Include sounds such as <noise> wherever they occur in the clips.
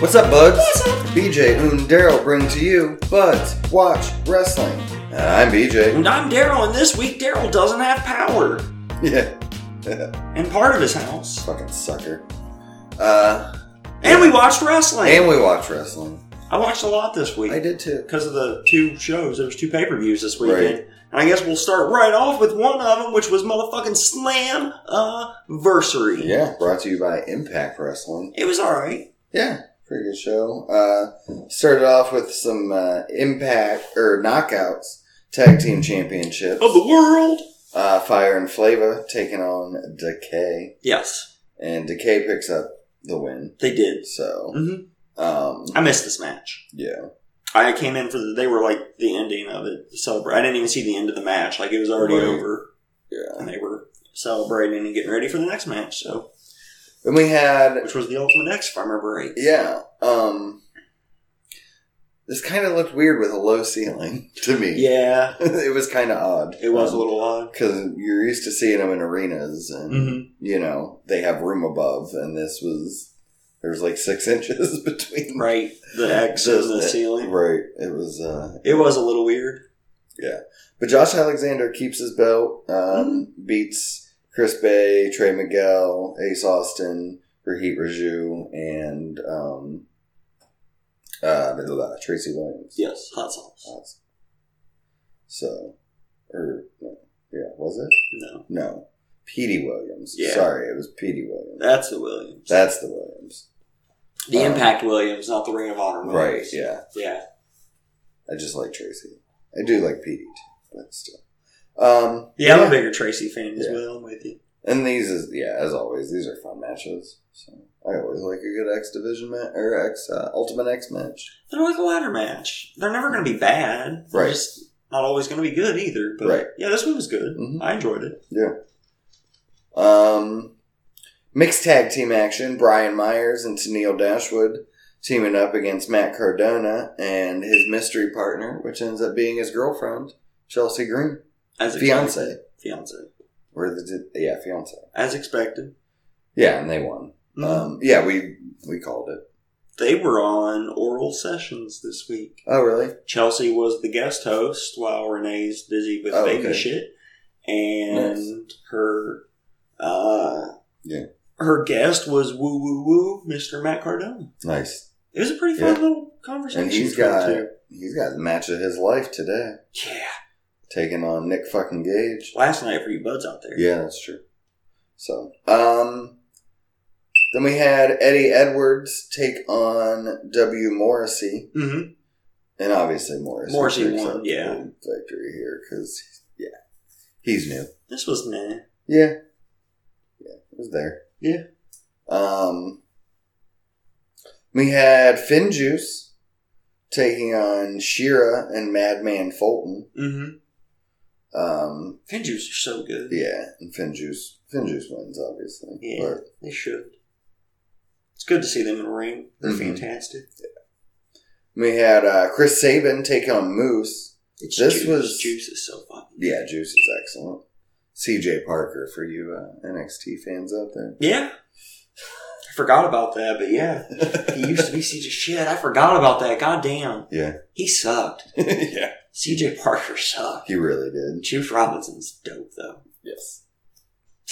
What's up, buds? BJ and Daryl bring to you Buds Watch Wrestling. Uh, I'm BJ. And I'm Daryl, and this week Daryl doesn't have power <laughs> Yeah, in part of his house. fucking sucker. Uh, And we watched wrestling. and we watch wrestling. I watched a lot this I week did too. because of the two shows. There was two pay per views this weekend, Right. and I guess we'll start right off with one of them, which was motherfucking Slam Versary. Yeah, brought to you by Impact Wrestling. It was all right. Yeah, pretty good show. Uh, started off with some uh, Impact or Knockouts Tag Team Championships. Of the world. Uh, Fire and Flava taking on Decay, Yes, and Decay picks up the win. they did. So, hmm um, I missed this match. yeah, I came in for the. They were like the ending of it. Celebrate. I didn't even see the end of the match. Like it was already Right. over, yeah. and they were celebrating and getting ready for the next match. So, Then we had which was the Ultimate X, if I remember right. Yeah. Um this kind of looked weird with a low ceiling <laughs> to me. Yeah, it was kind of odd. it was a little odd. because you're used to seeing them in arenas, and Mm-hmm. you know they have room above, and this was there's like six <laughs> inches between. Right, the X and the ceiling. Right. It was. uh It was a little weird. But Josh Alexander keeps his belt. Um, Mm-hmm. Beats Chris Bay, Trey Miguel, Ace Austin, Raheet Raju, and um, uh, blah, blah, blah, Tracy Williams. Yes, hot sauce. Odds. So, or no, yeah, was it? No, No, Petey Williams. Yeah. Sorry, it was Petey Williams. that's the Williams. That's the Williams, the um, Impact Williams, not the Ring of Honor. right? Williams. Yeah, uh, yeah. I just like Tracy. I do like Petey too, but still. Um, Yeah, I'm a bigger Tracy fan as Yeah. well. I'm with you. and these is yeah, as always, these are fun matches. So I always like a good X Division match or X uh, Ultimate X match. They're like a ladder match. They're never going to be bad. They're Right. Just not always going to be good either. But Right. yeah, this one was good. Mhm. I enjoyed it. Um, mixed tag team action: Brian Myers and Tennille Dashwood teaming up against Matt Cardona and his mystery partner, which ends up being his girlfriend, Chelsea Green, As expected. fiance. fiance, Or the yeah, fiance. as expected. Yeah, and they won. Mm-hmm. Uh, Um, yeah, we we called it. they were on oral sessions this week. Oh, really? Chelsea was the guest host while Renee's busy with Oh, baby okay. shit, and her uh, Yeah. her guest was woo woo woo Mr. Matt Cardona. Nice. It was a pretty fun Yeah. little conversation. And he's between the got two. he's got the match of his life today, yeah. taking on Nick fucking Gage. Last night for you buds out there, Yeah, that's true. So, um, then we had Eddie Edwards take on W. Morrissey, hmm and obviously Morrissey. Morrissey picks won, up the yeah. big victory here because yeah, he's new. this was nah. Yeah, yeah, he was there. Yeah. Um, we had Finn Juice taking on Shira and Madman Fulton. Mm-hmm. Um, Fin juice are so good. yeah, and Finn Juice. Finn Juice wins, obviously. Yeah. but- They should. It's good to see them in the ring. They're Mhm. fantastic. We had uh, Chris Sabin take on Moose. It's This juice. was- juice is so fun. Yeah, Juice is excellent. CJ Parker for you uh, NXT fans out <laughs> there. Yeah. I forgot about that, but yeah. He used to be CJ. Shit, I forgot about that. God damn. Yeah. He sucked. yeah. CJ Parker sucked. He really did. Juice Robinson's dope, though. <laughs> Yes.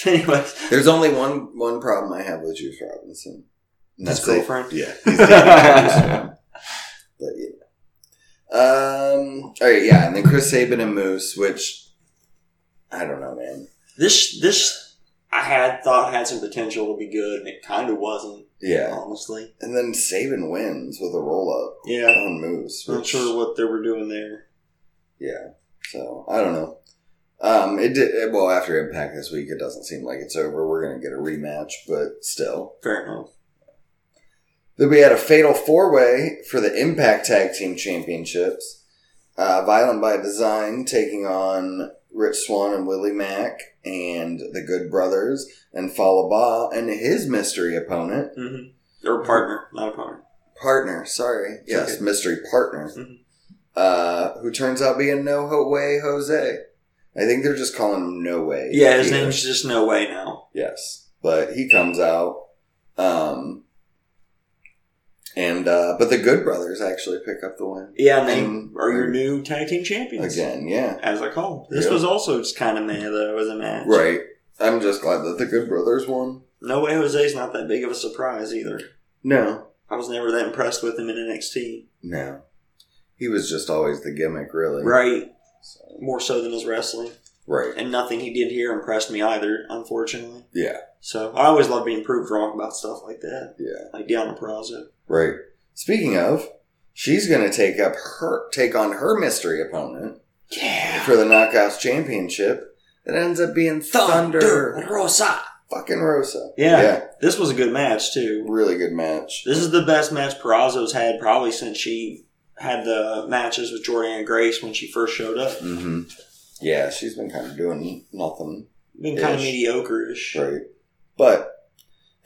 Anyways. There's only one one problem I have with Juice Robinson. And His it. girlfriend? <laughs> Yeah. He's dating Juice Robinson. But yeah. Um, all right, yeah, and then Chris Sabin and Moose, which I don't know, man. This, this, I had thought had some potential to be good, and it kind of wasn't, Yeah. honestly. And then Sabin wins with a roll up Yeah. on Moose. Not which- sure what they were doing there. Yeah. So I don't know. Um, it did well after Impact this week. It doesn't seem like it's over. We're gonna get a rematch, but still. Fair enough. Then we had a fatal four way for the Impact Tag Team Championships. Uh, Violent by Design taking on Rich Swan and Willie Mack and the Good Brothers and Falaba and his mystery opponent Mm-hmm. Or partner, not a partner. partner. Sorry, yes, Okay. mystery partner, Mhm. uh, who turns out being No Ho- Way Jose. I think they're just calling him No Way. Yeah, his here. name's just No Way now. yes, but he comes out, um, and And uh, but the Good Brothers actually pick up the win Yeah, and they Mm. are your new tag team champions. again. Yeah, As I called. This Yeah. was also just kind of meh that it was a match. right. I'm just glad that the Good Brothers won. No Way Jose's not that big of a surprise either. No, I was never that impressed with him in NXT. no. He was just always the gimmick, really. Right. So- More so than his wrestling. right. And nothing he did here impressed me either, unfortunately. Yeah. So I always love being proved wrong about stuff like that. Yeah. Like Deanna Praza. Right. Speaking of, she's going to take up her take on her mystery opponent Yeah. for the Knockouts Championship. That ends up being Thunder, Rosa. fucking Rosa. Yeah. This was a good match too. really good match. This is the best match Perazzo's had probably since she had the matches with Jordan Grace when she first showed up. hmm Yeah, she's been kind of doing nothing Been kind of Ish. mediocre-ish. right, but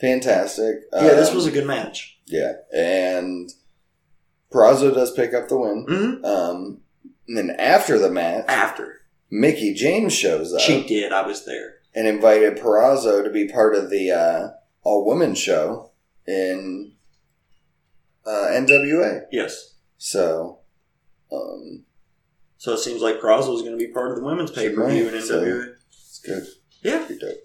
fantastic. Yeah, this Um, was a good match. yeah, and Perazzo does pick up the win. hmm Um, and then after the match, After Mickey James shows up she did, I was there. and invited Perazzo to be part of the uh, all women show in uh, NWA. Yes. So, um, So it seems like Perazzo is going to be part of the women's She pay per view might, in NWA. so- it's good. Yeah. Pretty dope.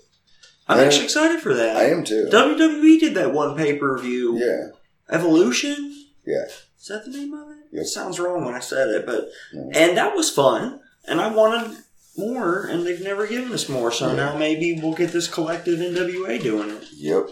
I'm Yeah. actually excited for that. I am too. WWE did that one pay per view. Yeah. Evolution. Yeah. Is that the name of it? Yep. It sounds wrong when I said it, but No. and that was fun, and I wanted more, and they've never given us more, so Yeah. now maybe we'll get this collective NWA doing it. Yep.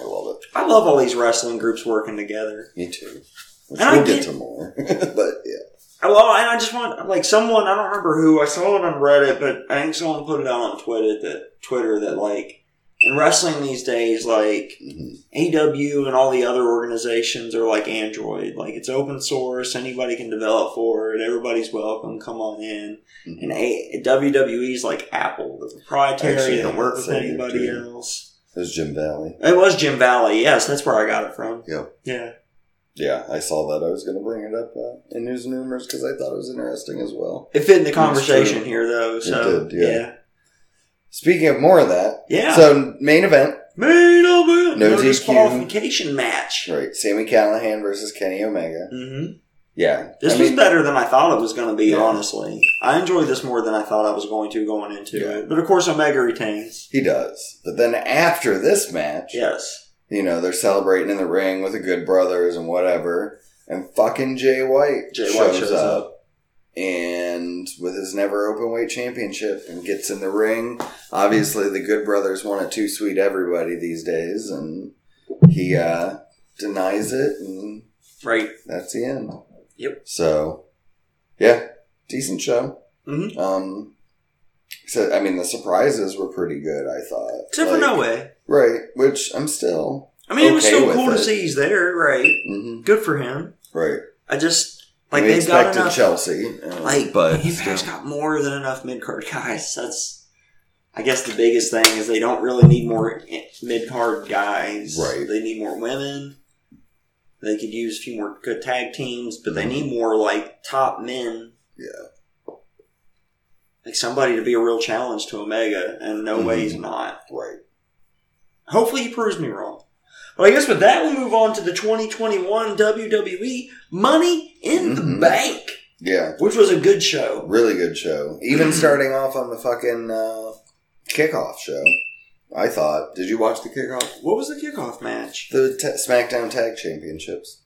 I love it. I love all these wrestling groups working together. Me too. Which And I we'll get get- to more. <laughs> but yeah. I Oh, well, and I just want like someone I don't remember who I saw it on Reddit, but I think someone put it out on Twitter that Twitter that like in wrestling these days, like hmm AW and all the other organizations are like Android. Like it's open source, anybody can develop for it, everybody's welcome, come on in. Mm-hmm. And a- WWE's like Apple, the Actually, proprietary, they I'm don't work with saying anybody too. else. There's Jim Valley. It was Jim Valley, yes, that's where I got it from. Yep. Yeah. Yeah, I saw that. I was going to bring it up uh, in news and rumors because I thought it was interesting as well. It fit in the true. conversation here though, so did, yeah. yeah. Speaking of more of that, Yeah. so main event, Main event, No no, DQ. disqualification match. right? Sammy Callahan versus Kenny Omega. hmm Yeah, This Mm-hmm. I was mean, better than I thought it was going to be. Yeah. Honestly, I enjoyed this more than I thought I was going to going into Yeah. it. But of course, Omega retains. He does, but then after this match, Yes, you know they're celebrating in the ring with the Good Brothers and whatever, and fucking Jay White Jay shows, White shows up. and with his never open weight championship and gets in the ring. Obviously, the Good Brothers want to too sweet everybody these days, and he uh, denies it, and right. that's the end. Yep. So, yeah, decent show. Mhm. Um, so I mean, the surprises were pretty good. I thought, Except for Like, No Way. right? Which I'm still I mean, it was okay still with cool it. to see he's there. Right. mhm, Good for him. right. I just like we they've got expected enough. Chelsea, uh, Like, but but he's got more than enough mid card guys. That's. I guess the biggest thing is they don't really need more mid card guys. Right. They need more women. They could use a few more good tag teams, but they Mhm. need more like top men. Yeah. Like somebody to be a real challenge to Omega, and no Mm-hmm. way he's not. right. Hopefully he proves me wrong. Well, I guess with that, we'll move on to the 2021 WWE E Money Mhm. in the Bank, Yeah. which was a good show. Really good show. Even Mm-hmm. starting off on the fucking uh, kickoff show, I thought. Did you watch the kickoff? What was the kickoff match? The t- SmackDown Tag Championships,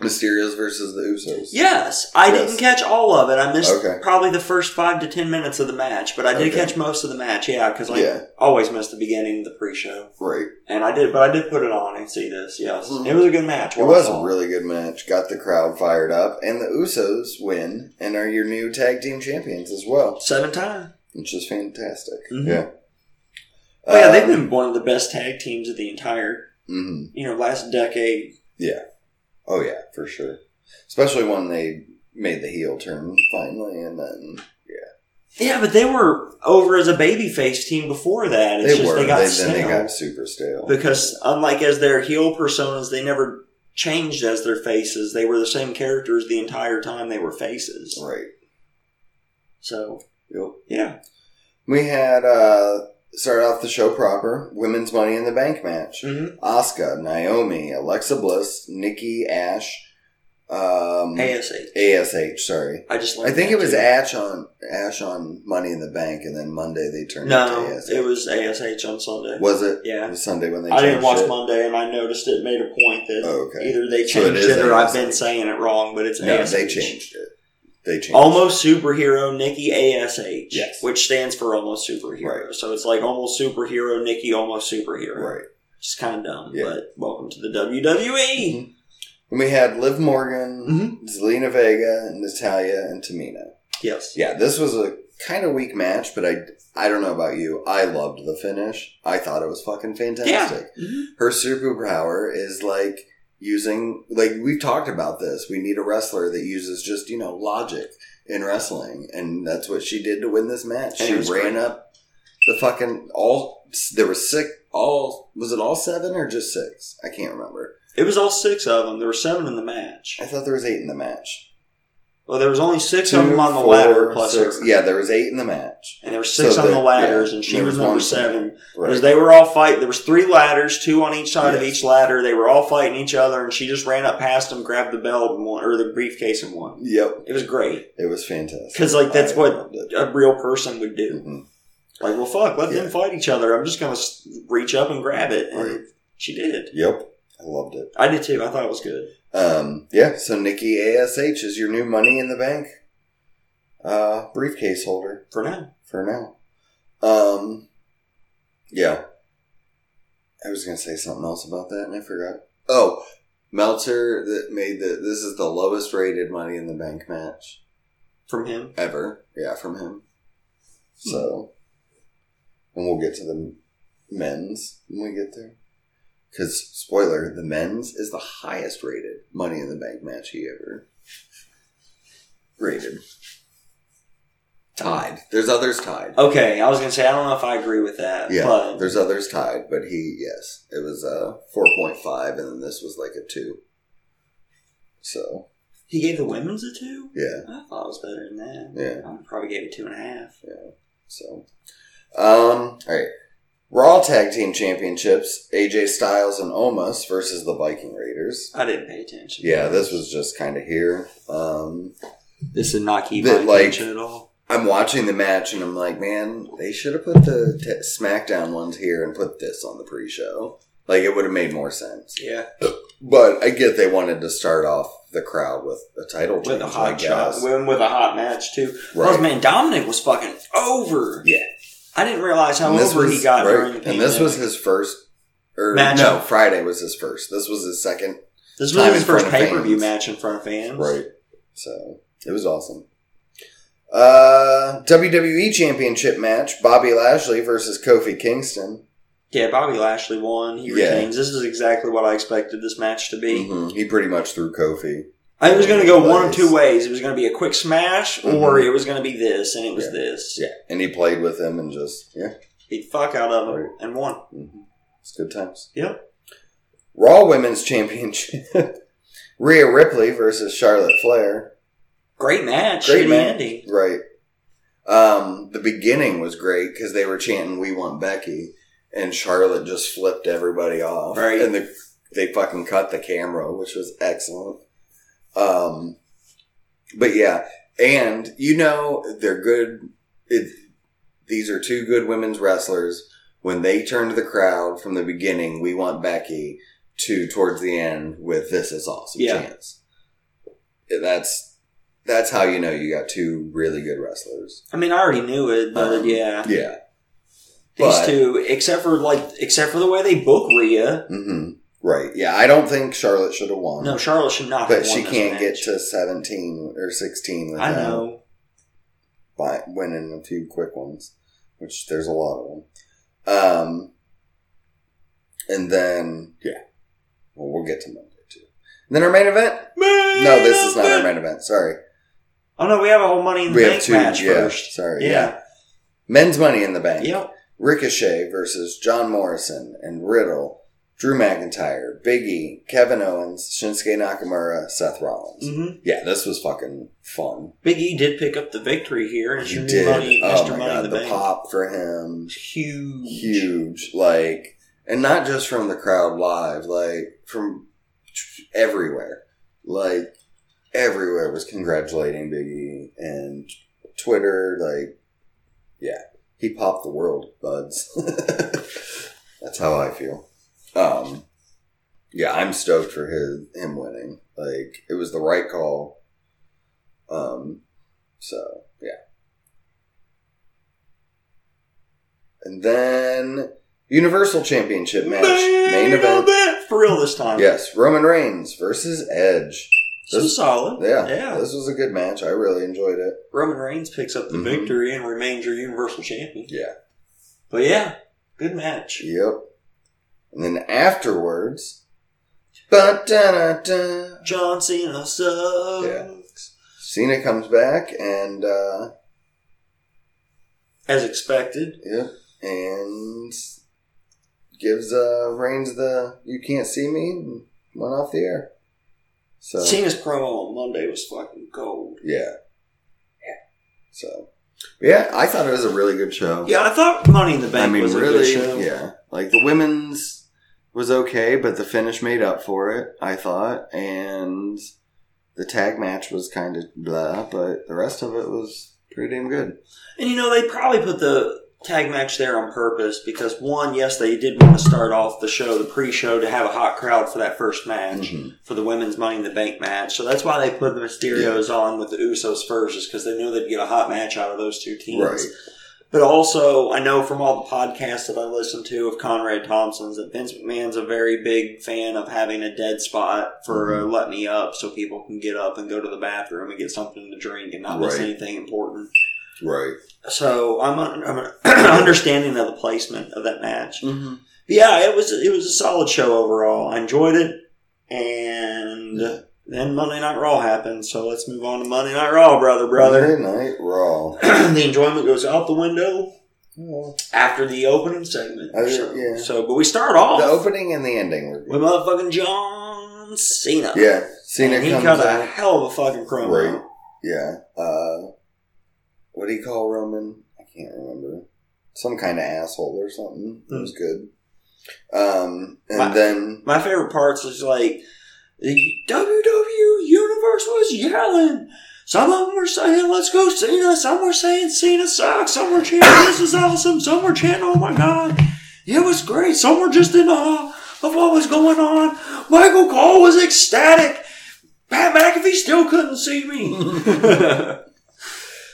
Mysterios versus the Usos. Yes, I Yes. didn't catch all of it. I missed Okay. probably the first five to ten minutes of the match, but I did Okay. catch most of the match. Yeah, because I Yeah. always miss the beginning of the pre-show, Right. and I did, but I did put it on and see this. Yes, Mhm. it was a good match. It what I was saw. a really good match. Got the crowd fired up, and the Usos win and are your new tag team champions as well, seven time. which is fantastic. Mhm. Yeah. Oh, yeah, they've Um, been one of the best tag teams of the entire mhm. you know last decade. Oh yeah, for sure. Especially when they made the heel turn finally, and then Yeah, but they were over as a babyface team before that. It's they just were. they got they, stale then they got super stale. because unlike as their heel personas, they never changed as their faces. They were the same characters the entire time they were faces. Right. So Yep. yeah, We had uh, start off the show proper. Women's Money in the Bank match. Mm-hmm. Asuka, Naomi, Alexa Bliss, Nikki Ash, um, ASH. ASH. Sorry, I just I learned think that it was too. Ash on Ash on Money in the Bank, and then Monday they turned No, it to it ASH. was ASH on Sunday. Was it? It Yeah. was Sunday when they. I didn't changed watch it? Monday and I noticed it made a point that Oh, okay. either they So it changed is it or I've ASH. been saying it wrong, but it's No, ASH. they changed it. They changed. Almost Superhero Nikki ASH, Yes. which stands for Almost Superhero. So it's like Almost Superhero Nikki Almost Superhero. right. It's kind of dumb, Yeah. Mm-hmm. but welcome to the E. WWE. And we had Liv Morgan, Mhm. Zelina Vega, Natalia, and Tamina. Yes. Yeah, this was a kind of weak match, but I I don't know about you. I loved the finish. I thought it was fucking fantastic. Mhm. Her superpower is like using like we've talked about this. We need a wrestler that uses just, you know, logic in wrestling, and that's what she did to win this match. And it She was ran great. up the fucking all there were six all was it all seven or just six? I can't remember. It was all six of them. There were seven in the match. I thought there was eight in the match. Well, there was only six Two, of them on the four, ladder plus six. her. Yeah, there was eight in the match. And there were six So on the- the ladders, yeah, and she there was, was number one- seven. Because Right. they were all fight. There was three ladders, two on each side of Yes. each ladder. They were all fighting each other, and she just ran up past them, grabbed the belt and won, or the briefcase and won. Yep, It was great it was fantastic. because like that's I what loved it. a real person would do. Mhm. Like, well, fuck, let Yeah. them fight each other. I'm just gonna s- reach up and grab it, and Right. she did. Yep, I loved it. I did too. I thought it was good. Um, yeah, so Nikki Ash is your new Money in the Bank uh, briefcase holder For now, for now. Um, yeah, I was gonna say something else about that and I forgot. Oh, Meltzer that made the this is the lowest rated Money in the Bank match. from him. ever. Yeah, from him. So, and we'll get to the men's when we get there. Because spoiler, the men's is the highest rated Money in the Bank match he ever rated. Tied. There's others tied. Okay, I was gonna say I don't know if I agree with that, yeah, Uh, but there's others tied, but he yes, it was a four point five, and then this was like a two. So he gave the women's a two. yeah, I thought it was better than that. yeah. I probably gave it two and a half. So, um, all right. Raw Tag Team Championships: AJ Styles and Omos versus the Viking Raiders. I didn't pay attention. Yeah, this was just kind of here. Um, This did not keep That, my like- attention at all. I'm watching the match and I'm like, man, they should have put the t- SmackDown ones here and put this on the pre-show. Like, it would have made more sense. Yeah, But I get they wanted to start off the crowd with a title change. with a I hot shot, guess. women with a hot match too. Oh Right. man, Dominic was fucking over. Yeah. I didn't realize how over he got right, during the and this pandemic. was his first. Or, Matchup. no, Friday was his first. This was his second This time was his in first front of pay per view fans. match in front of fans. Right. So it was awesome. Uh, WWE Championship match: Bobby Lashley versus Kofi Kingston. Yeah, Bobby Lashley won. He Yeah. retains. This is exactly what I expected this match to be. Mhm. He pretty much threw Kofi. I was going to go one of Plays. two ways. It was going to be a quick smash, or Mhm. it was going to be this, and it was this. Yeah, and he played with him and just yeah, Beat the fuck out of him Right. and won. Mhm. it's good times. Yep. Raw Women's Championship: <laughs> Rhea Ripley versus Charlotte Flair. Great match. Great shitty match. ending. Right. Um, the beginning was great because they were chanting "We want Becky," and Charlotte just flipped everybody off. Right. and the, they fucking cut the camera, which was excellent. Um, but yeah, and you know they're good. It, these are two good women's wrestlers. When they turned the crowd from the beginning, "We want Becky," to towards the end with "This is awesome" Yeah. chants. That's that's how you know you got two really good wrestlers. I mean, I already knew it, but Um, yeah, Yeah. these but- two, except for like, except for the way they book Rhea. hmm Right. Yeah. I don't think Charlotte should have won. No, Charlotte should not. but have won she this can't get match. to 17 or 16 without I know. By winning a few quick ones, which there's a lot of them. Um, and then, yeah. Well, we'll get to Monday, too. And then our main event? No, this is not our main event. Sorry. Oh no, we have a whole Money in the We have Bank two. match yeah. first. Sorry. Yeah. Men's Money in the Bank. Yep. Ricochet versus John Morrison and Riddle Drew McIntyre, Big E, Kevin Owens, Shinsuke Nakamura, Seth Rollins. Mm-hmm. Yeah, this was fucking fun. Big E did pick up the victory here, and it's He your did. new money, oh Mr. my Money in god, the, the Bank. pop for him, Huge. huge. Like, and not just from the crowd live, like from everywhere. Like everywhere was congratulating Big E and Twitter. Like, yeah, he popped the world, buds. <laughs> That's how I feel. Um, yeah, I'm stoked for his him winning. Like, it was the right call. Um, so yeah. And then Universal Championship match, main event. For real this time. Yes, Roman Reigns versus Edge. So This- solid. Yeah, Yeah. this was a good match. I really enjoyed it. Roman Reigns picks up the Mhm. victory and remains your Universal Champion. Yeah. But yeah, good match. Yep. And then afterwards, ba-da-da-da, John Cena sucks. Yeah. Cena comes back and uh, As expected. yep, and gives uh, Reigns the "You can't see me" and went off the air. So Cena's promo on Monday was fucking gold. yeah, yeah. So yeah, I thought it was a really good show. Yeah, I thought Money in the Bank I mean, was a really, good show. yeah. Like the women's was okay, but the finish made up for it, I thought, and the tag match was kind of blah, but the rest of it was pretty damn good. And you know, they probably put the tag match there on purpose because one, yes, they did want to start off the show, the pre-show, to have a hot crowd for that first Mm-hmm. match for the women's Money in the Bank match. So that's why they put the Mysterios on with the Usos first, is because they knew they'd get a hot match out of those two teams. Right. But also, I know from all the podcasts that I listen to of Conrad Thompson's that Vince McMahon's a very big fan of having a dead spot for Mm-hmm. uh, let me up so people can get up and go to the bathroom and get something to drink and not miss Right. anything important. Right. So I'm, un- I'm un- <clears throat> understanding of the placement of that match. Mm-hmm. Yeah, it was it was a solid show overall. I enjoyed it, and Yeah. then Monday Night Raw happened. So let's move on to Monday Night Raw, brother, brother. Monday Night Raw. <clears throat> the enjoyment goes out the window after the opening segment. I- so, yeah. so, but we start off The opening and the ending were with good. motherfucking John Cena. Yeah, Cena and he comes cut a out. hell of a fucking promo. Right. Yeah. Uh, what do you call Roman? I can't remember. Some kind of asshole or something. It was good. Um, and Hmm. My- then My favorite parts is like the WW Universe was yelling. Some of them were saying, "Let's go Cena." Some were saying, "Cena sucks." Some were chanting, "This is awesome." Some were chanting, "Oh my god, it was great." Some were just in awe of what was going on. Michael Cole was ecstatic. Pat McAfee still couldn't see <laughs> me. it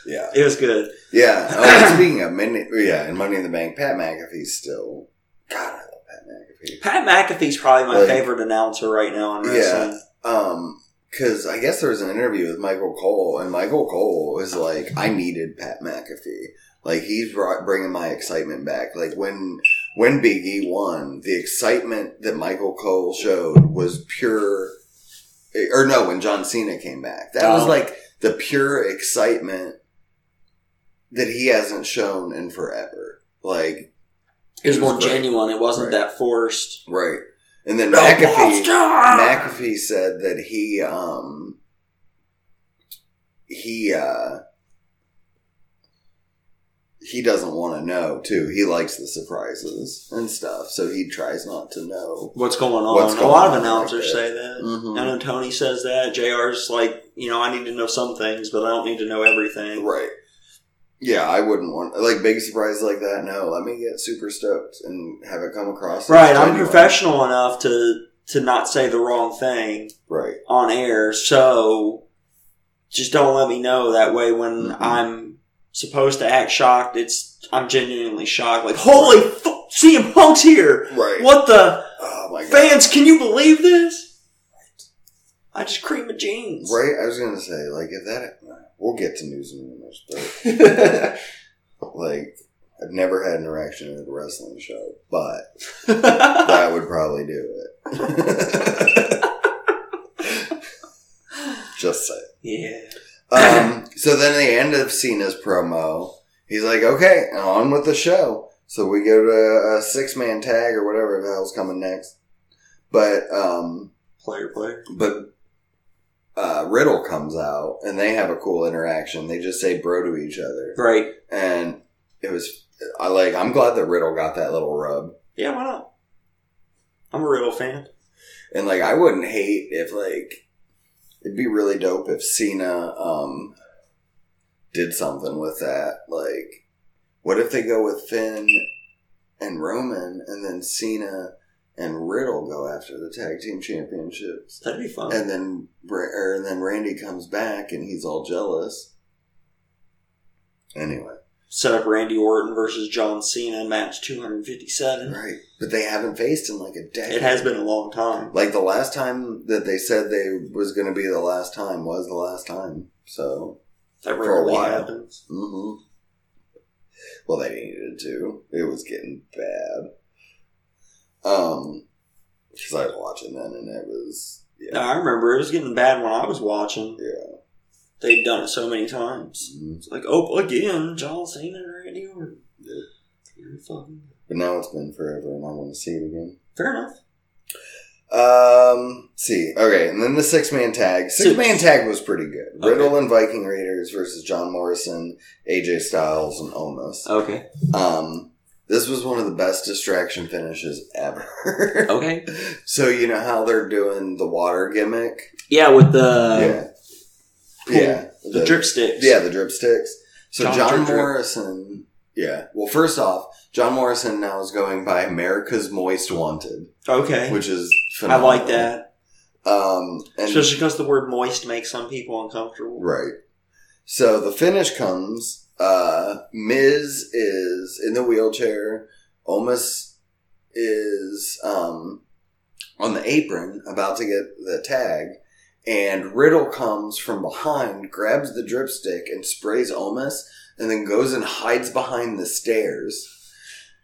yeah, was good. yeah. Oh, <coughs> and speaking of Money, yeah, and Money in the Bank, Pat McAfee's still. God, I love Pat McAfee. Pat McAfee's probably my Like- favorite announcer right now in wrestling. Um, because I guess there was an interview with Michael Cole, and Michael Cole was like, "I needed Pat McAfee. Like he's brought, bringing my excitement back. Like when when Big E won, the excitement that Michael Cole showed was pure. eh, Or no, when John Cena came back, that was Oh. like the pure excitement that he hasn't shown in forever. Like It was It was more great. genuine. It wasn't Right. that forced. right, and then The McAfee. monster! McAfee said that he um he uh he doesn't want to know too. He likes the surprises and stuff, so he tries not to know. What's going on? What's a going lot of on announcers out there. say that. Mhm. I know Tony says that. JR's like, you know, I need to know some things, but I don't need to know everything. Right. Yeah, I wouldn't want like big surprises like that. No, let me get super stoked and have it come across. as Right, I'm genuine. professional enough to to not say the wrong thing Right. on air, so just don't let me know that way when Mhm. I'm supposed to act shocked. It's I'm genuinely shocked. Like, holy fuck, CM Punk's here. Right. What the Oh my god. fans? Can you believe this? I just cream my jeans. Right? I was gonna say, like, if that, we'll get to news and rumors, <laughs> but like, I've never had an erection at a wrestling show, but that would probably do it. <laughs> Just say. yeah. Um, so then, the end of Cena's promo, he's like, "Okay, on with the show." So we go to a six man tag or whatever the hell's coming next. But um, Player, player. but uh, Riddle comes out and they have a cool interaction. They just say bro to each other, Great. and it was I like. I'm glad that Riddle got that little rub. Yeah, why not? I'm a Riddle fan. And like, I wouldn't hate if like, it'd be really dope if Cena um did something with that. Like, what if they go with Finn and Roman, and then Cena and Riddle go after the tag team championships, That'd be fun. and then Ra- or, and then Randy comes back and he's all jealous. Anyway, Set up Randy Orton versus John Cena match 257. right? But they haven't faced in like a decade. It has been a long time. Like the last time that they said they was going to be the last time was the last time. So, That For a rarely while. happens. hmm well, they needed to. It was getting bad. Um, because I was watching then, and it was No, yeah, I remember it was getting bad when I was watching. yeah. They'd done it so many times. Mhm. It's like, oh, again, John Cena and Randy Orton. You're fucking- But now it's been forever, and I want to see it again. Fair enough. Um, see, okay, and then the six man tag. Six man tag was pretty good. Okay. Riddle and Viking Raiders versus John Morrison, AJ Styles, and Omos. Okay. Um, this was one of the best distraction finishes ever. <laughs> Okay. so you know how they're doing the water gimmick? Yeah, with the, yeah, yeah, Uh, the, drip sticks. Yeah, the drip sticks. So John John, Drip Drip. Morrison. Yeah. Well, first off, John Morrison now is going by America's Moist Wanted, Okay. which is I phenomenal. like that. Um, and Especially because the word moist makes some people uncomfortable. Right. So the finish comes. Uh, Miz is in the wheelchair. Omus is um, on the apron about to get the tag. And Riddle comes from behind, grabs the dripstick, and sprays Omus, and then goes and hides behind the stairs.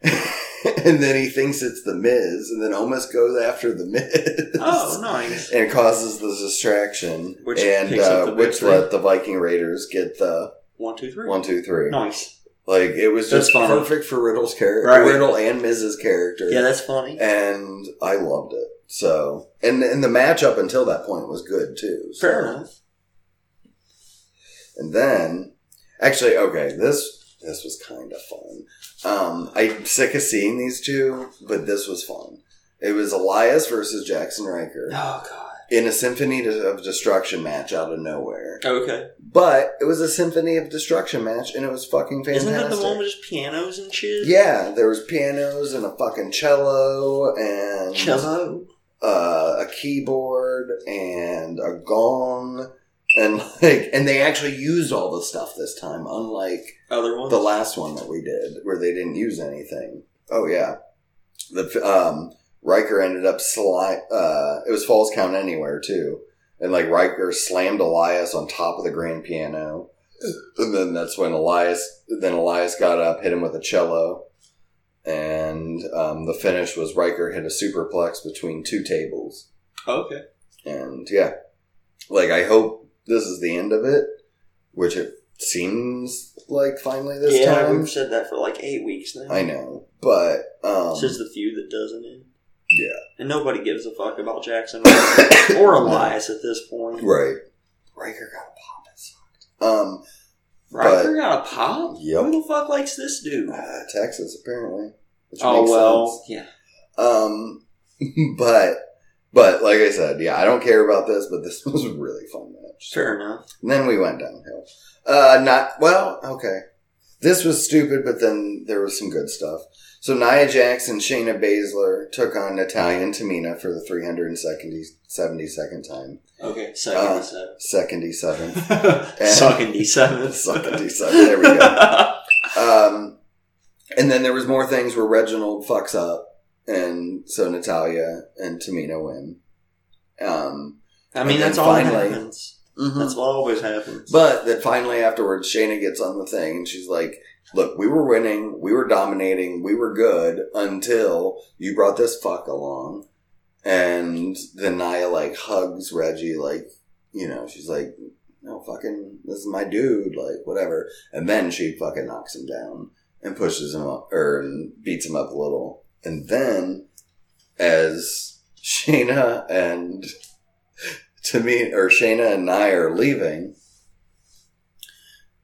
<laughs> and then he thinks it's the Miz, and then Omus goes after the Miz Oh, nice. and it causes the distraction, Which and picks up uh, the which victory. let the Viking Raiders get the One, two, three. one, two, three. Nice. Like it was That's just funny. perfect for Riddle's character, Right. Riddle and Miz's character. Yeah, that's funny. and I loved it. So, and and the match up until that point was good too. So. Fair enough. And then, actually, okay, this this was kind of fun. Um, I'm sick of seeing these two, but this was fun. It was Elias versus Jackson Riker Oh, God. in a Symphony of Destruction match out of nowhere. Okay. But it was a Symphony of Destruction match, and it was fucking fantastic. Isn't that the one with just pianos and shit? yeah, there was pianos and a fucking cello and Cello. Uh, a keyboard and a gong and <laughs> like and they actually used all the stuff this time, unlike Other ones. the last one that we did where they didn't use anything. Oh yeah, the um, Riker ended up slide. Uh, it was falls count anywhere too, and like Riker slammed Elias on top of the grand piano, and then that's when Elias. Then Elias got up, hit him with a cello, and um, the finish was Riker hit a superplex between two tables. okay. And yeah, like I hope this is the end of it, which it seems like finally this yeah, time. we've said that for like eight weeks now. I know, but um, This is the few that doesn't end. Yeah. And nobody gives a fuck about Jackson <coughs> Riker or Elias at this point. right, Riker got a pop. It sucked. Um, Riker got a pop? yep, Who the fuck likes this dude? uh, Texas apparently. Which Oh, makes well. sense. Yeah. Um, <laughs> but but like I said, yeah, I don't care about this, but this <laughs> was a really fun match. Fair enough. And then we went downhill. Uh, not well. Okay, this was stupid, but then there was some good stuff. So Nia Jax and Shayna Baszler took on Natalia and Tamina for the 372nd time. Okay. Second Uh, to seven. 77. <laughs> Sucking <laughs> D7. Sucking D7, there <laughs> we go. Um, and then there was more things where Reginald fucks up, and so Natalia and Tamina win. Um, I mean, And that's then all finally- that happens. That's what always happens. <laughs> But that finally afterwards, Shayna gets on the thing, and she's like, "Look, we were winning, we were dominating, we were good until you brought this fuck along." And then Nia like hugs Reggie, like you know, she's like, "No fucking, this is my dude," like whatever. And then she fucking knocks him down and pushes him up, or and beats him up a little. And then, as Shayna and <laughs> Tamina, or Shayna and I are leaving.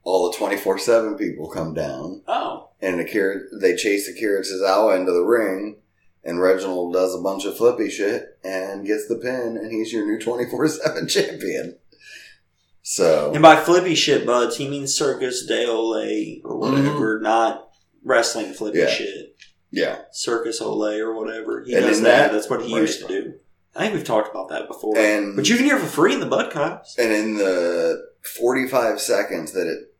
All the twenty four seven people come down, Oh, and Akira, they chase Akira Tozawa into the ring, and Reginald does a bunch of flippy shit and gets the pin, and he's your new twenty four seven <laughs> champion. So and by flippy shit, buds, he means Circus de Ole or whatever, not wrestling flippy Mm-hmm. Yeah. shit. yeah, Circus Ole or whatever. He And does in that. that- That's what he Right. used to do. I think we've talked about that before. and but you can hear it for free in the Bud Cops. And in the 45 seconds that it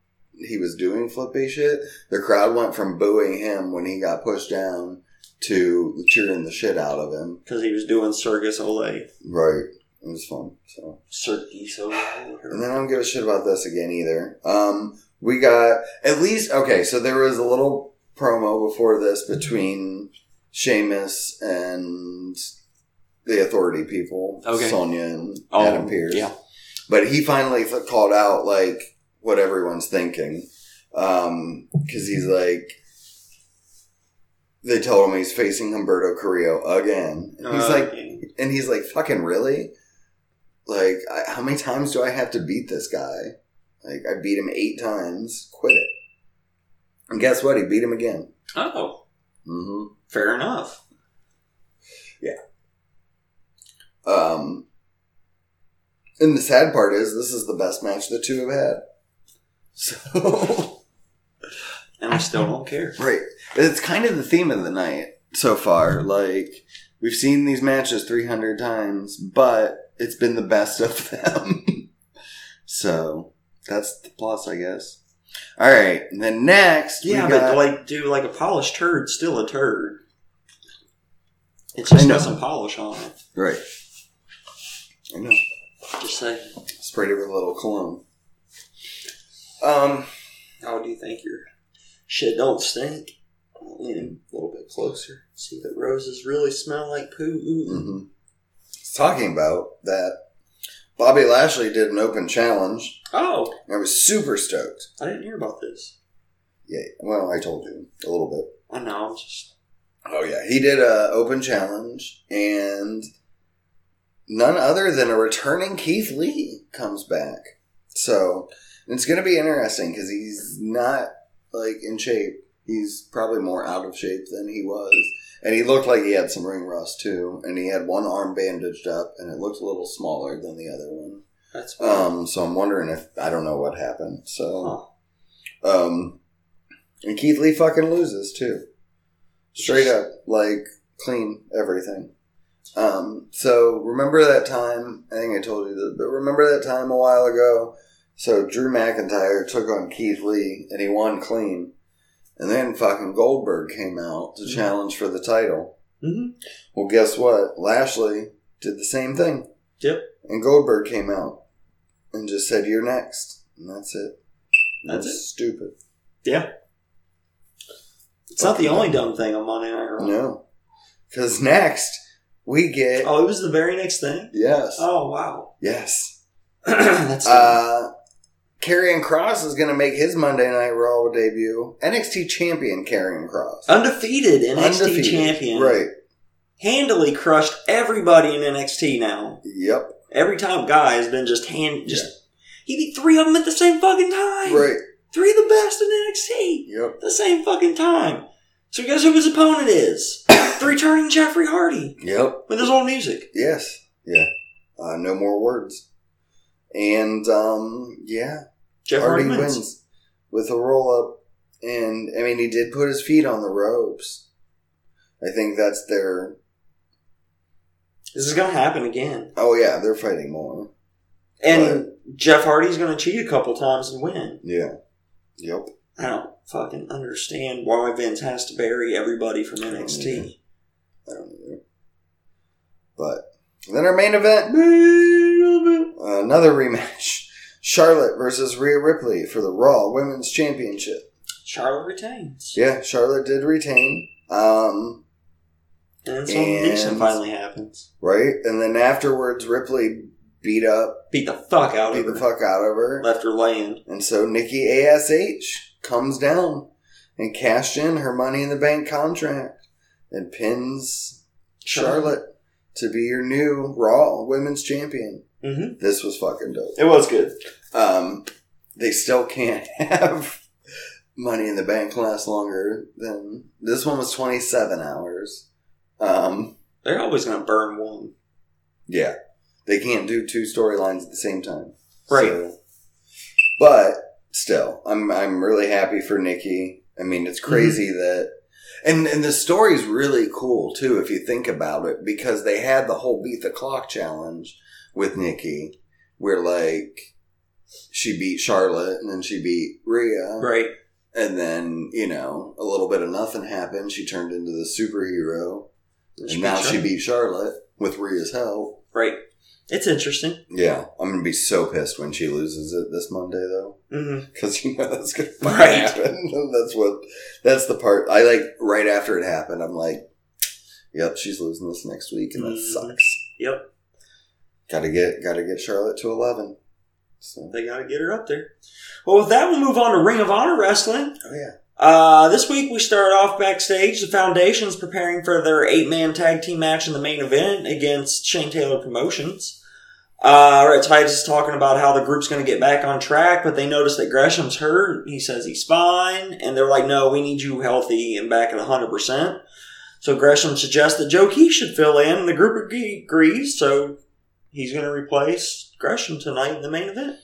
he was doing flippy shit, the crowd went from booing him when he got pushed down to cheering the shit out of him. Because he was doing Circus Ole. Right. It was fun. So Circus Ole. whatever. and then I don't give a shit about this again either. Um we got at least okay, so there was a little promo before this between Seamus and the authority people, Okay. Sonya and Oh, Adam Pierce. Yeah. But he finally th- called out like what everyone's thinking, because he's like, they told him he's facing Humberto Carrillo again. And he's Uh, like, and he's like, fucking really? Like, I, how many times do I have to beat this guy? Like, I beat him eight times. Quit it. And guess what? He beat him again. oh, Mm-hmm. fair enough. Um, and the sad part is, this is the best match the two have had. <laughs> So, And I still don't care. right. It's kind of the theme of the night so far. Like, we've seen these matches 300 times, but it's been the best of <laughs> them. so, that's the plus, I guess. All right. And then next, we Yeah, got- but like, dude, like a polished turd's still a turd. It just I know. got some polish on it. right. I know. Just say, Sprayed it with a little cologne. Um, how "Oh, do you think your shit don't stink? I'll lean in a little bit closer. See that roses really smell like poo. Ooh. hmm Talking about that, Bobby Lashley did an open challenge. Oh, And I was super stoked. I didn't hear about this. Yeah, well, I told you a little bit. I know. I'm just Oh yeah, he did a open challenge, and none other than a returning Keith Lee comes back. So and it's going to be interesting because he's not like in shape. He's probably more out of shape than he was, and he looked like he had some ring rust too. And he had one arm bandaged up, and it looked a little smaller than the other one. that's Um, so I'm wondering if I don't know what happened. So, um, and Keith Lee fucking loses too, straight up, like clean everything. Um, so remember that time? I think I told you this, but remember that time a while ago? So Drew McIntyre took on Keith Lee and he won clean, and then fucking Goldberg came out to Mhm. challenge for the title. hmm Well, guess what? Lashley did the same thing. Yep. And Goldberg came out and just said, "You're next," and that's it. And That's it. Stupid. Yeah. It's not the only dumb thing on Monday Night Raw. No, because next we get Oh, it was the very next thing. yes, Oh wow. <clears throat> yes. that's Uh, Karrion Cross is going to make his Monday Night Raw debut. NXT champion Karrion Cross, Undefeated NXT champion. Right. Handily crushed everybody in NXT now. Yep. Every top guy has been just hand just he beat three of them at the same fucking time. Right. Three of the best in NXT Yep. at the same fucking time. So guess who his opponent is? <coughs> the returning Jeffrey Hardy Yep. with his old music. Yes. Yeah. Uh, no more words. And um, yeah, Jeff Hardy, Hardy wins. wins with a roll up, and I mean he did put his feet on the ropes. I think that's their. This is gonna happen again. Oh yeah, they're fighting more. And Jeff Hardy's gonna cheat a couple times and win. Yeah. Yep. I don't fucking understand why Vince has to bury everybody from NXT. I don't know. But then our main event, another rematch: <laughs> Charlotte versus Rhea Ripley for the Raw Women's Championship. Charlotte retains. Yeah, Charlotte did retain. Um, And then something And- decent finally happens. right? And then afterwards, Ripley beat up, Beat the fuck out beat of the her. fuck out of her. Left her laying. And so Nikki ASH comes down and cashed in her Money in the Bank contract and pins Charlotte to be your new Raw Women's Champion. Mhm. This was fucking dope. It was good. Um, they still can't <laughs> have Money in the Bank last longer than this one was twenty seven hours. Um, They're always going to burn one. yeah, they can't do two storylines at the same time. Right. So- but still, I'm I'm really happy for Nikki. I mean, it's crazy that and and the story's really cool too if you think about it because they had the whole beat the clock challenge with Nikki where like she beat Charlotte and then she beat Rhea Right. and then, you know, a little bit of nothing happened. She turned into the superhero and now she beat Charlotte with Rhea's help. Right. It's interesting. Yeah, I'm going to be so pissed when she loses it this Monday though. <laughs> Mm-hmm. because you know that's gonna fucking Right. happen. <laughs> that's what. That's the part I like. Right after it happened, I'm like, "Yep, she's losing this next week, and that Mhm. sucks." Yep. Gotta get, gotta get Charlotte to eleven. So, They got to get her up there. Well, with that, we'll move on to Ring of Honor Wrestling. oh yeah, Uh, this week we start off backstage. The Foundation's preparing for their eight-man tag team match in the main event against Shane Taylor Promotions. Uh, right, Titus is talking about how the group's going to get back on track, but they notice that Gresham's hurt. He says he's fine, and they're like, "No, we need you healthy and back at hundred percent." So Gresham suggests that Joe Key should fill in, and the group agree- agrees. So he's going to replace Gresham tonight in the main event.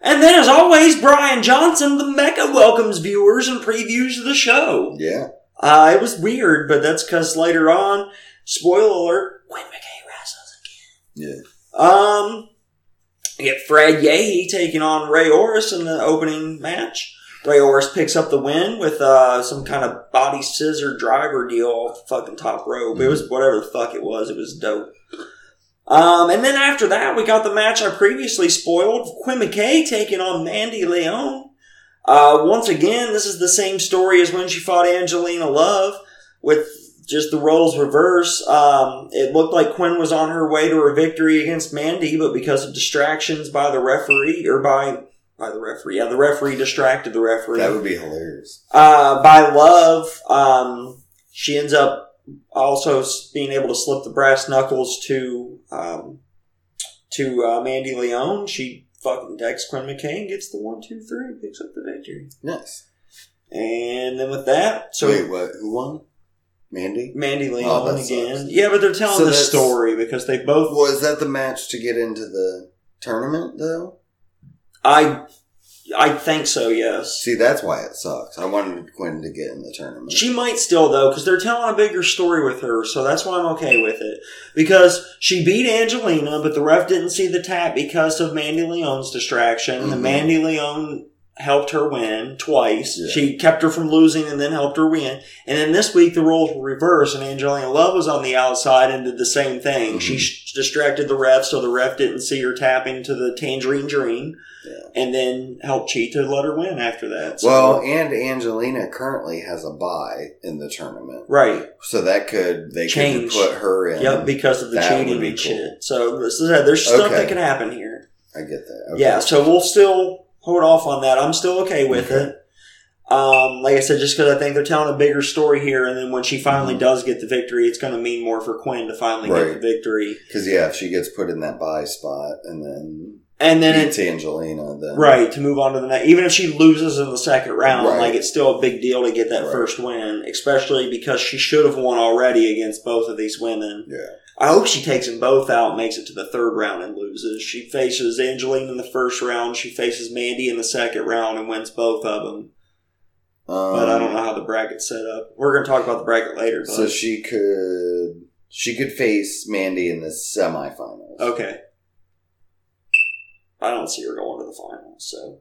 And then, as always, Brian Johnson, the Mecca, welcomes viewers and previews the show. yeah. Uh, it was weird, but that's because later on, spoiler alert, Win McKay wrestles again. Yeah. Um, you get Fred Yehi taking on Ray Orris in the opening match. Ray Orris picks up the win with uh, some kind of body scissor driver deal off the fucking top rope. It was whatever the fuck it was. It was dope. Um, and then after that, we got the match I previously spoiled. Quinn McKay taking on Mandy Leon. Uh, once again, this is the same story as when she fought Angelina Love with just the roles reversed. Um, it looked like Quinn was on her way to her victory against Mandy, but because of distractions by the referee, or by, by the referee, yeah, the referee distracted the referee That would be hilarious. uh, by love, um, she ends up also s- being able to slip the brass knuckles to um, to uh, Mandy Leone. She fucking decks Quinn McCain, gets the one, two, three, picks up the victory, Nice. and then with that, so Wait, what? Who won? Mandy. Mandy Oh, Leone that again. sucks. Yeah, but they're telling So the that's- story because they both. Was that the match to get into the tournament though? I I think so. Yes. See, that's why it sucks. I wanted Quinn to get in the tournament. She might still though, because they're telling a bigger story with her, so that's why I'm okay with it. Because she beat Angelina, but the ref didn't see the tap because of Mandy Leone's distraction. The Mhm. Mandy Leone helped her win twice. Yeah. She kept her from losing and then helped her win. And then this week the roles were reversed, and Angelina Love was on the outside and did the same thing. Mm-hmm. She sh- distracted the ref, so the ref didn't see her tapping to the Tangerine Dream, Yeah. and then helped Cheetah let her win after that. So- well, and Angelina currently has a bye in the tournament. right. So that could they Change. could put her in. Yep, because of the that cheating would be and cool. shit. So this is- there's stuff Okay. that can happen here. I get that. Yeah, so we'll still hold off on that. I'm still okay with Okay. it. Um, like I said, just because I think they're telling a bigger story here, and then when she finally Mhm. does get the victory, it's going to mean more for Quinn to finally get the Right. victory. because yeah, if she gets put in that buy spot and then And then beats it's Angelina, then right to move on to the next. Even if she loses in the second round, Right. like it's still a big deal to get that Right. first win, especially because she should have won already against both of these women. Yeah, I hope she takes them both out, and makes it to the third round, and loses. She faces Angeline in the first round. She faces Mandy in the second round and wins both of them. um, But I don't know how the bracket's set up. We're going to talk about the bracket later. But. So she could she could face Mandy in the semifinals. okay. I don't see her going to the finals. So,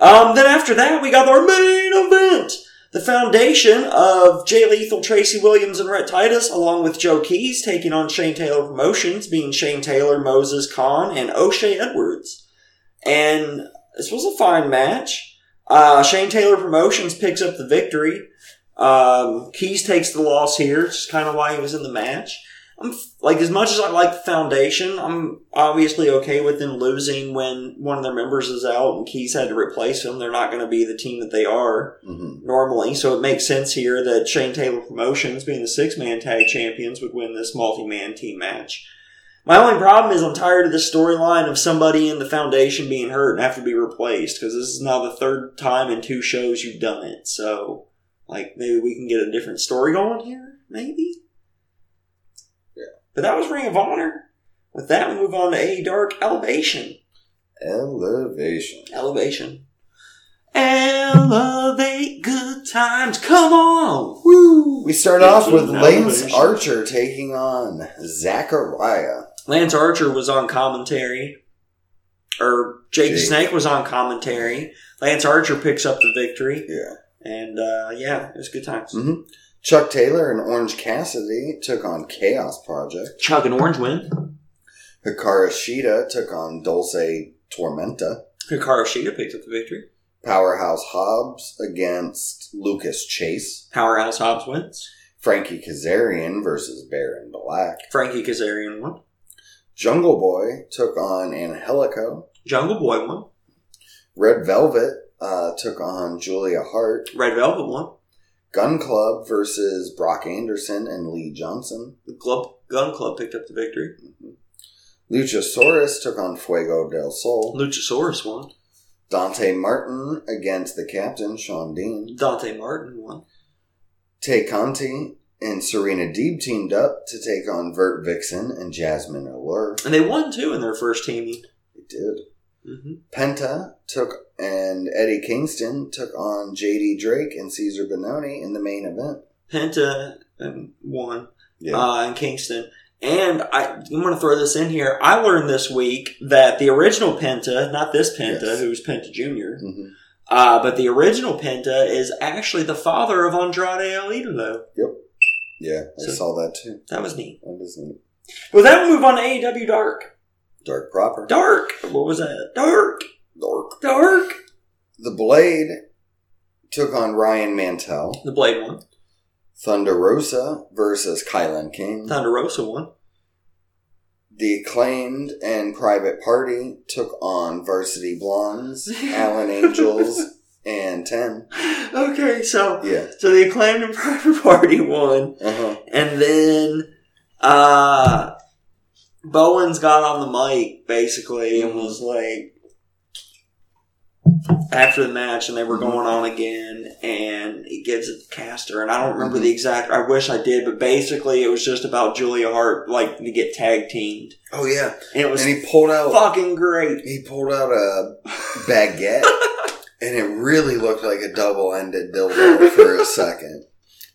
um, then after that, we got our main event. The foundation of Jay Lethal, Tracy Williams, and Rhett Titus, along with Joe Keys, taking on Shane Taylor Promotions, being Shane Taylor, Moses Khan, and O'Shea Edwards. And this was a fine match. Uh, Shane Taylor Promotions picks up the victory. Um, Keys takes the loss here, which is kind of why he was in the match. I'm like as much as I like the foundation, I'm obviously okay with them losing when one of their members is out and Keys had to replace them. They're not going to be the team that they are hmm normally, so it makes sense here that Shane Taylor Promotions, being the six man tag champions, would win this multi man team match. My only problem is I'm tired of the storyline of somebody in the foundation being hurt and have to be replaced because this is now the third time in two shows you've done it. So, like, maybe we can get a different story going here, maybe. Yeah. But that was Ring of Honor. With that, we move on to A E Dark Elevation. Elevation. Elevation. Elevate good times. Come on. Woo. We start off with Lance Elevation. Archer taking on Zachariah. Lance Archer was on commentary. Or Jake, the Jake. Snake was on commentary. Lance Archer picks up the victory. Yeah. And uh, yeah, it was good times. Mhm. Chuck Taylor and Orange Cassidy took on Chaos Project. Chuck and Orange win. Hikaru Shida took on Dulce Tormenta. Hikaru Shida picked up the victory. Powerhouse Hobbs against Lucas Chase. Powerhouse Hobbs wins. Frankie Kazarian versus Baron Black. Frankie Kazarian won. Jungle Boy took on Angelico. Jungle Boy won. Red Velvet uh, took on Julia Hart. Red Velvet won. Gun Club versus Brock Anderson and Lee Johnson. The Club, Gun Club picked up the victory. Luchasaurus took on Fuego del Sol. Luchasaurus won. Dante Martin against the captain, Sean Dean. Dante Martin won. Tay Conti and Serena Deeb teamed up to take on Vert Vixen and Jasmine Allure. And they won too in their first teaming. They did. hmm Penta took and Eddie Kingston took on JD Drake and Caesar Bononi in the main event. Penta um, won. Yeah. uh, in Kingston. And I, I'm going to throw this in here. I learned this week that the original Penta, not this Penta, Yes. who's Penta Jr., hmm uh, but the original Penta is actually the father of Andrade El Idolo. Yeah, I So- saw that too. That was neat. That is neat. Well, then we move on to AEW Dark. Dark proper. Dark. What was that? Dark. Dark. Dark. The Blade took on Ryan Mantell. The Blade one. Thunder Rosa versus Kylan King. Thunder Rosa one. The Acclaimed and Private Party took on Varsity <laughs> Blondes, Allen Angels, and Ten. <sighs> Okay, so Yeah. so the acclaimed and private <laughs> party won. Uh-huh. And then uh Bowen's got on the mic basically Mm-hmm. and was like after the match and they Mm-hmm. were going on again and he gives it to Caster and I don't remember Mm-hmm. the exact I wish I did, but basically it was just about Julia Hart like to get tag teamed. Oh yeah. And it was And he pulled out fucking great. he pulled out a <laughs> baguette and it really looked like a double ended dildo for a second.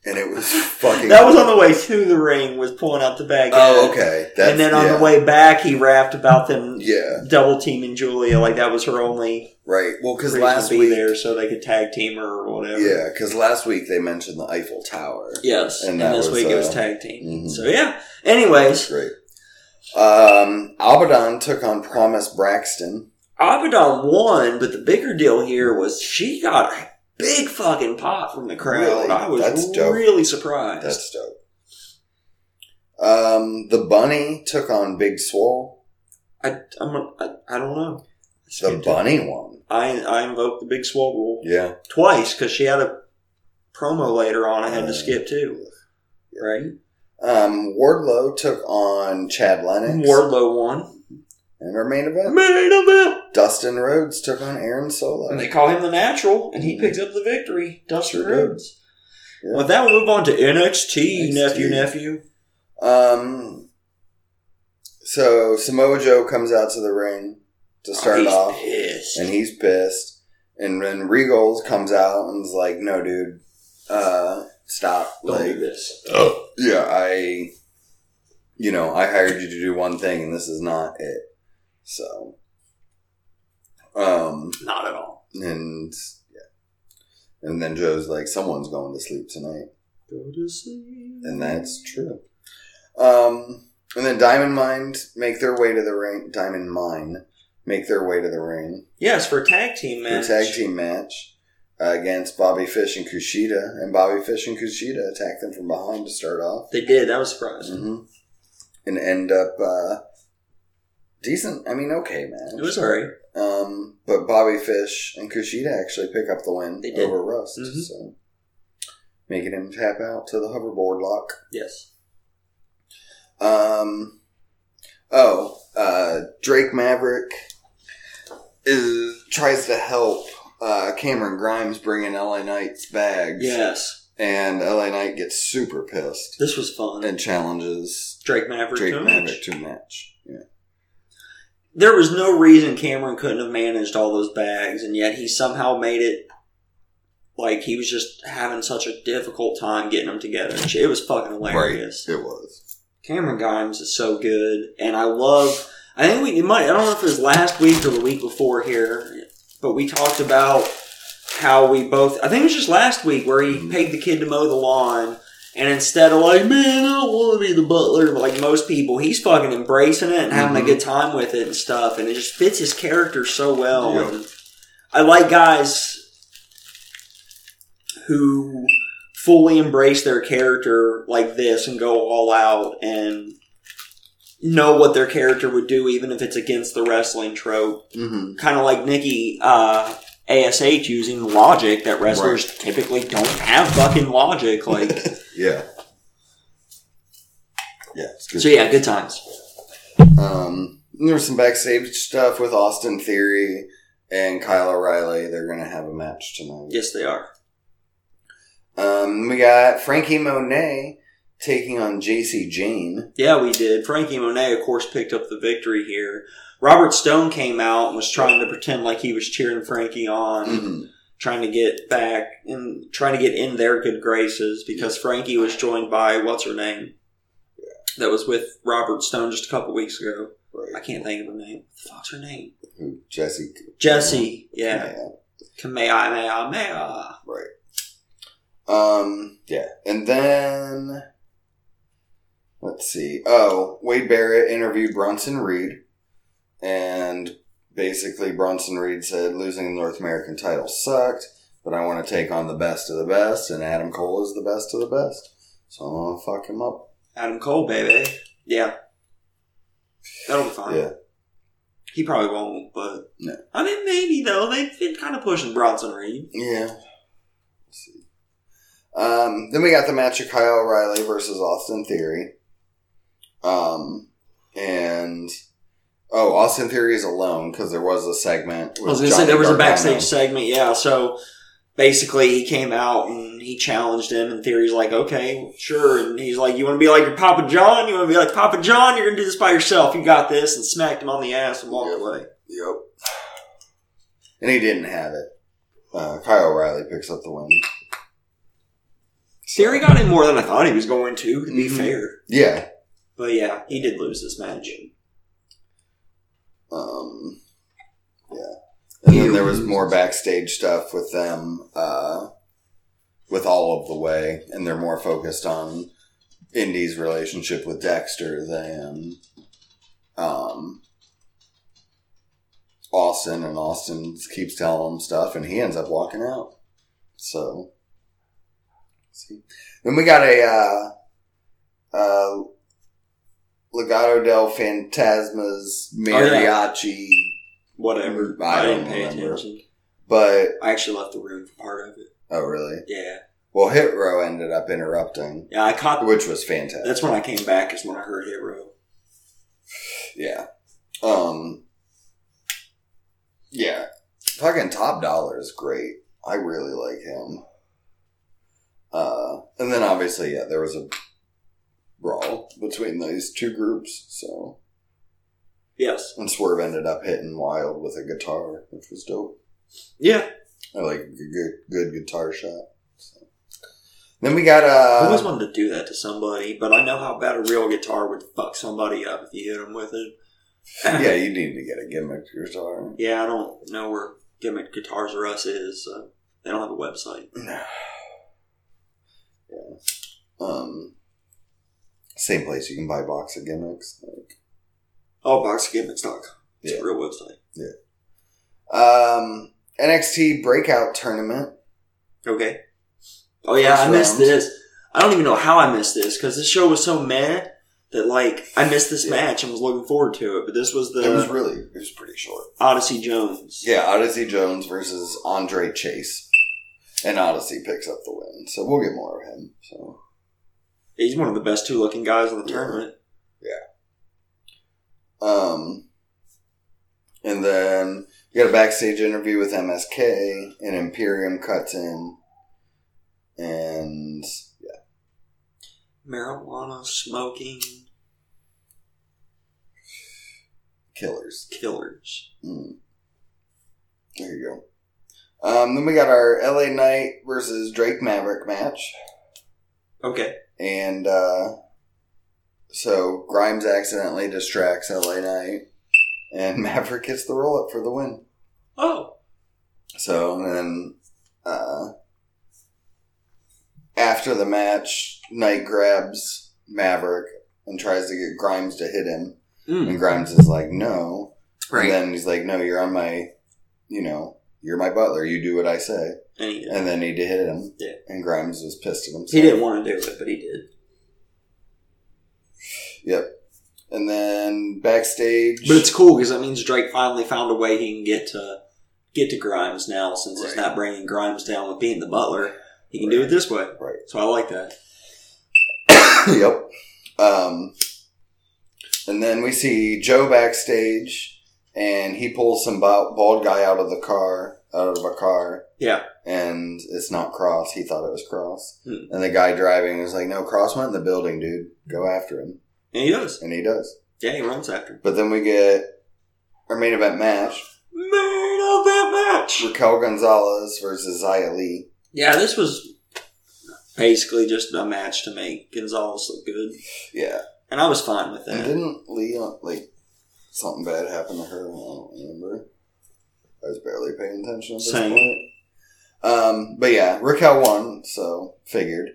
And it was fucking That was on the way to the ring was pulling out the bag. Oh, okay. That's, and then on yeah. the way back he rapped about them Yeah, double teaming Julia, like that was her only right. Well, because reason last to be week, there so they could tag team her or whatever. yeah, because last week they mentioned the Eiffel Tower. Yes. And And, that this was, week it was uh, tag team. mhm. So yeah. Anyways, Great. Um, Abaddon took on Promise Braxton. Abaddon won, but the bigger deal here was she got a big fucking pop from the crowd. Really? I was That's dope. really surprised. That's dope. Um, the Bunny took on Big Swole. I, I'm a, I, I don't know. The Bunny won. I I invoked the big swole rule Yeah. twice because she had a promo later on. I had Uh, to skip too. Right. Um, Wardlow took on Chad Lennox. Wardlow won. And our main event, Main event. Dustin Rhodes took on Aaron Solo. And they call him the natural, and he Mhm. picks up the victory. Dustin Sure did. Rhodes. Yeah. With that, we'll move on to NXT, NXT. nephew, nephew. Um, so Samoa Joe comes out to the ring to start He's off, pissed. and he's pissed. And then Regals comes out and is like, "No, dude, uh, stop! Don't like, oh. do this. yeah, I, you know, I hired you to do one thing, and this is not it." So, um, Not at all. and yeah, and then Joe's like, "Someone's going to sleep tonight." Go to sleep. And that's true. Um, and then Diamond Mine make their way to the ring. Diamond Mine make their way to the ring. Yes, for a tag team The match. tag team match uh, against Bobby Fish and Kushida. And Bobby Fish and Kushida attack them from behind to start off. They did. That was surprising. hmm and end up uh, decent. I mean, okay, man. It was alright. Um, but Bobby Fish and Kushida actually pick up the win They did. over Rust, Mhm. so making him tap out to the hoverboard lock. Yes. Um, oh, uh, Drake Maverick is tries to help uh, Cameron Grimes bring in LA Knight's bags, Yes. and LA Knight gets super pissed This was fun. and challenges Drake Maverick. Drake to a match. Maverick to a match. Yeah. There was no reason Cameron couldn't have managed all those bags, and yet he somehow made it like he was just having such a difficult time getting them together. It was fucking hilarious. It was. Cameron Grimes is so good, and I love. I think we it might. I don't know if it was last week or the week before here, but we talked about how we both. I think it was just last week where he paid the kid to mow the lawn, and instead of like, man, I don't want to be the butler like most people, he's fucking embracing it and having Mhm. a good time with it and stuff, and it just fits his character so well. Yep. And I like guys who fully embrace their character like this and go all out and know what their character would do even if it's against the wrestling trope Mm-hmm. kind of like nikki uh, ash using logic that wrestlers typically don't have fucking logic like Yeah. Yeah. It's good. so yeah good times Um, there was some backstage stuff with Austin Theory and Kyle O'Reilly. They're going to have a match tonight. yes they are Um, we got Frankie Monet taking on JC Jane. yeah we did frankie monet of course picked up the victory here robert stone came out and was trying to pretend like he was cheering frankie on Mm-hmm. trying to get back and trying to get in their good graces because Frankie was joined by what's her name that was with Robert Stone just a couple weeks ago. I Right. can't think of her name. What the fuck's her name? Who- Jesse. Jesse. Yeah. Yeah, Kamehameha. Right. Um, yeah. And then, let's see. Oh, Wade Barrett interviewed Bronson Reed. And basically, Bronson Reed said losing the North American title sucked, but I want to take on the best of the best, and Adam Cole is the best of the best. So I'm going to fuck him up. Adam Cole, baby. Yeah. That'll be fine. Yeah. He probably won't, but No. I mean, maybe though. They've been kind of pushing Bronson Reed. Yeah. Let's see. Um, then we got the match of Kyle O'Reilly versus Austin Theory. Um, and oh, Austin Theory is alone because there was a segment. I was gonna say there was a backstage segment. segment, yeah. So basically, he came out and he challenged him, and Theory's like, "Okay, sure." And he's like, "You want to be like your Papa John? You want to be like Papa John? You're gonna do this by yourself. You got this." And smacked him on the ass and walked Yep. away. Yep. And he didn't have it. Uh, Kyle O'Reilly picks up the win. Theory got in more than I thought he was going to. To be Mhm. fair, Yeah. but yeah, he did lose this match. Um, yeah. And then there was more backstage stuff with them, uh, with all of the way, and they're more focused on Indy's relationship with Dexter than um, Austin, and Austin keeps telling him stuff, and he ends up walking out. So, see. Then we got a uh, uh, Legado del Fantasma's mariachi, Whatever. I don't didn't pay remember. attention. but I actually left the room for part of it. oh, really? Yeah, Well, Hit Row ended up interrupting, yeah. I caught. which was fantastic. That's when I came back. Is when I heard Hit Row. Yeah. Um. Yeah. Fucking Top Dollar is great. I really like him. Uh, and then obviously, yeah, there was a brawl between these two groups. So, Yes. and Swerve ended up hitting Wild with a guitar, which was dope. Yeah. I like a good, good guitar shot. So. Then we got uh, I always wanted to do that to somebody, but I know how bad a real guitar would fuck somebody up if you hit them with it. yeah, you need to get a gimmick guitar. <laughs> Yeah, I don't know where Gimmick Guitars or Us is. So they don't have a website. <sighs> yeah. Um. Same place you can buy box of gimmicks. Like, Oh, boxofgimmicks.com. It's Yeah. a real website. um, NXT Breakout Tournament. Okay. Oh, yeah, First I missed round. this. I don't even know how I missed this because this show was so meh. that like I missed this match and was looking forward to it, but this was the it was really, it was pretty short. Odyssey Jones. Yeah, Odyssey Jones versus Andre Chase, and Odyssey picks up the win. So we'll get more of him. So He's one of the best two looking guys in the tournament. Um, and then you got a backstage interview with MSK, and Imperium cuts in, and Marijuana smoking killers. killers. Mm. There you go. Um, then we got our LA Knight versus Drake Maverick match, Okay. and uh, so Grimes accidentally distracts LA Knight, and <laughs> Maverick gets the roll up for the win. Oh. So and then uh, after the match, Knight grabs Maverick and tries to get Grimes to hit him, and Grimes is like, "No." Hmm. Right. And then he's like, "No, you're on my, you know, you're my butler. You do what I say." And he, And then he did hit him. Yeah. And Grimes was pissed at himself. he didn't want to do it, but he did. And then backstage, But it's cool because that means Drake finally found a way he can get to get to Grimes now, since he's Right. not bringing Grimes down with being the butler. He can do it this way. Right. So I like that. <clears throat> yep. Um, and then we see Joe backstage, and he pulls some ba- bald guy out of the car, out of a car, Yeah. and it's not Cross. He thought it was Cross, Hmm. and the guy driving was like, "No, Cross went in the building, dude. Go after him," And he does. and he does. Yeah, he runs after him. But then we get our main event match: Main event match. Raquel Gonzalez versus Zia Lee. Yeah, this was basically just a match to make Gonzalez look good, Yeah, and I was fine with and that. didn't Lee like something bad happen to her? I don't remember. I was barely paying attention at this Same. point. Um, but yeah, Raquel won, so figured.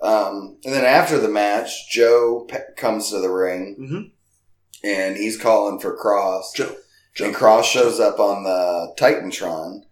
Um, and then after the match, Joe pe- comes to the ring Mhm. and he's calling for Cross. Joe, Joe. And Cross shows up on the Titantron,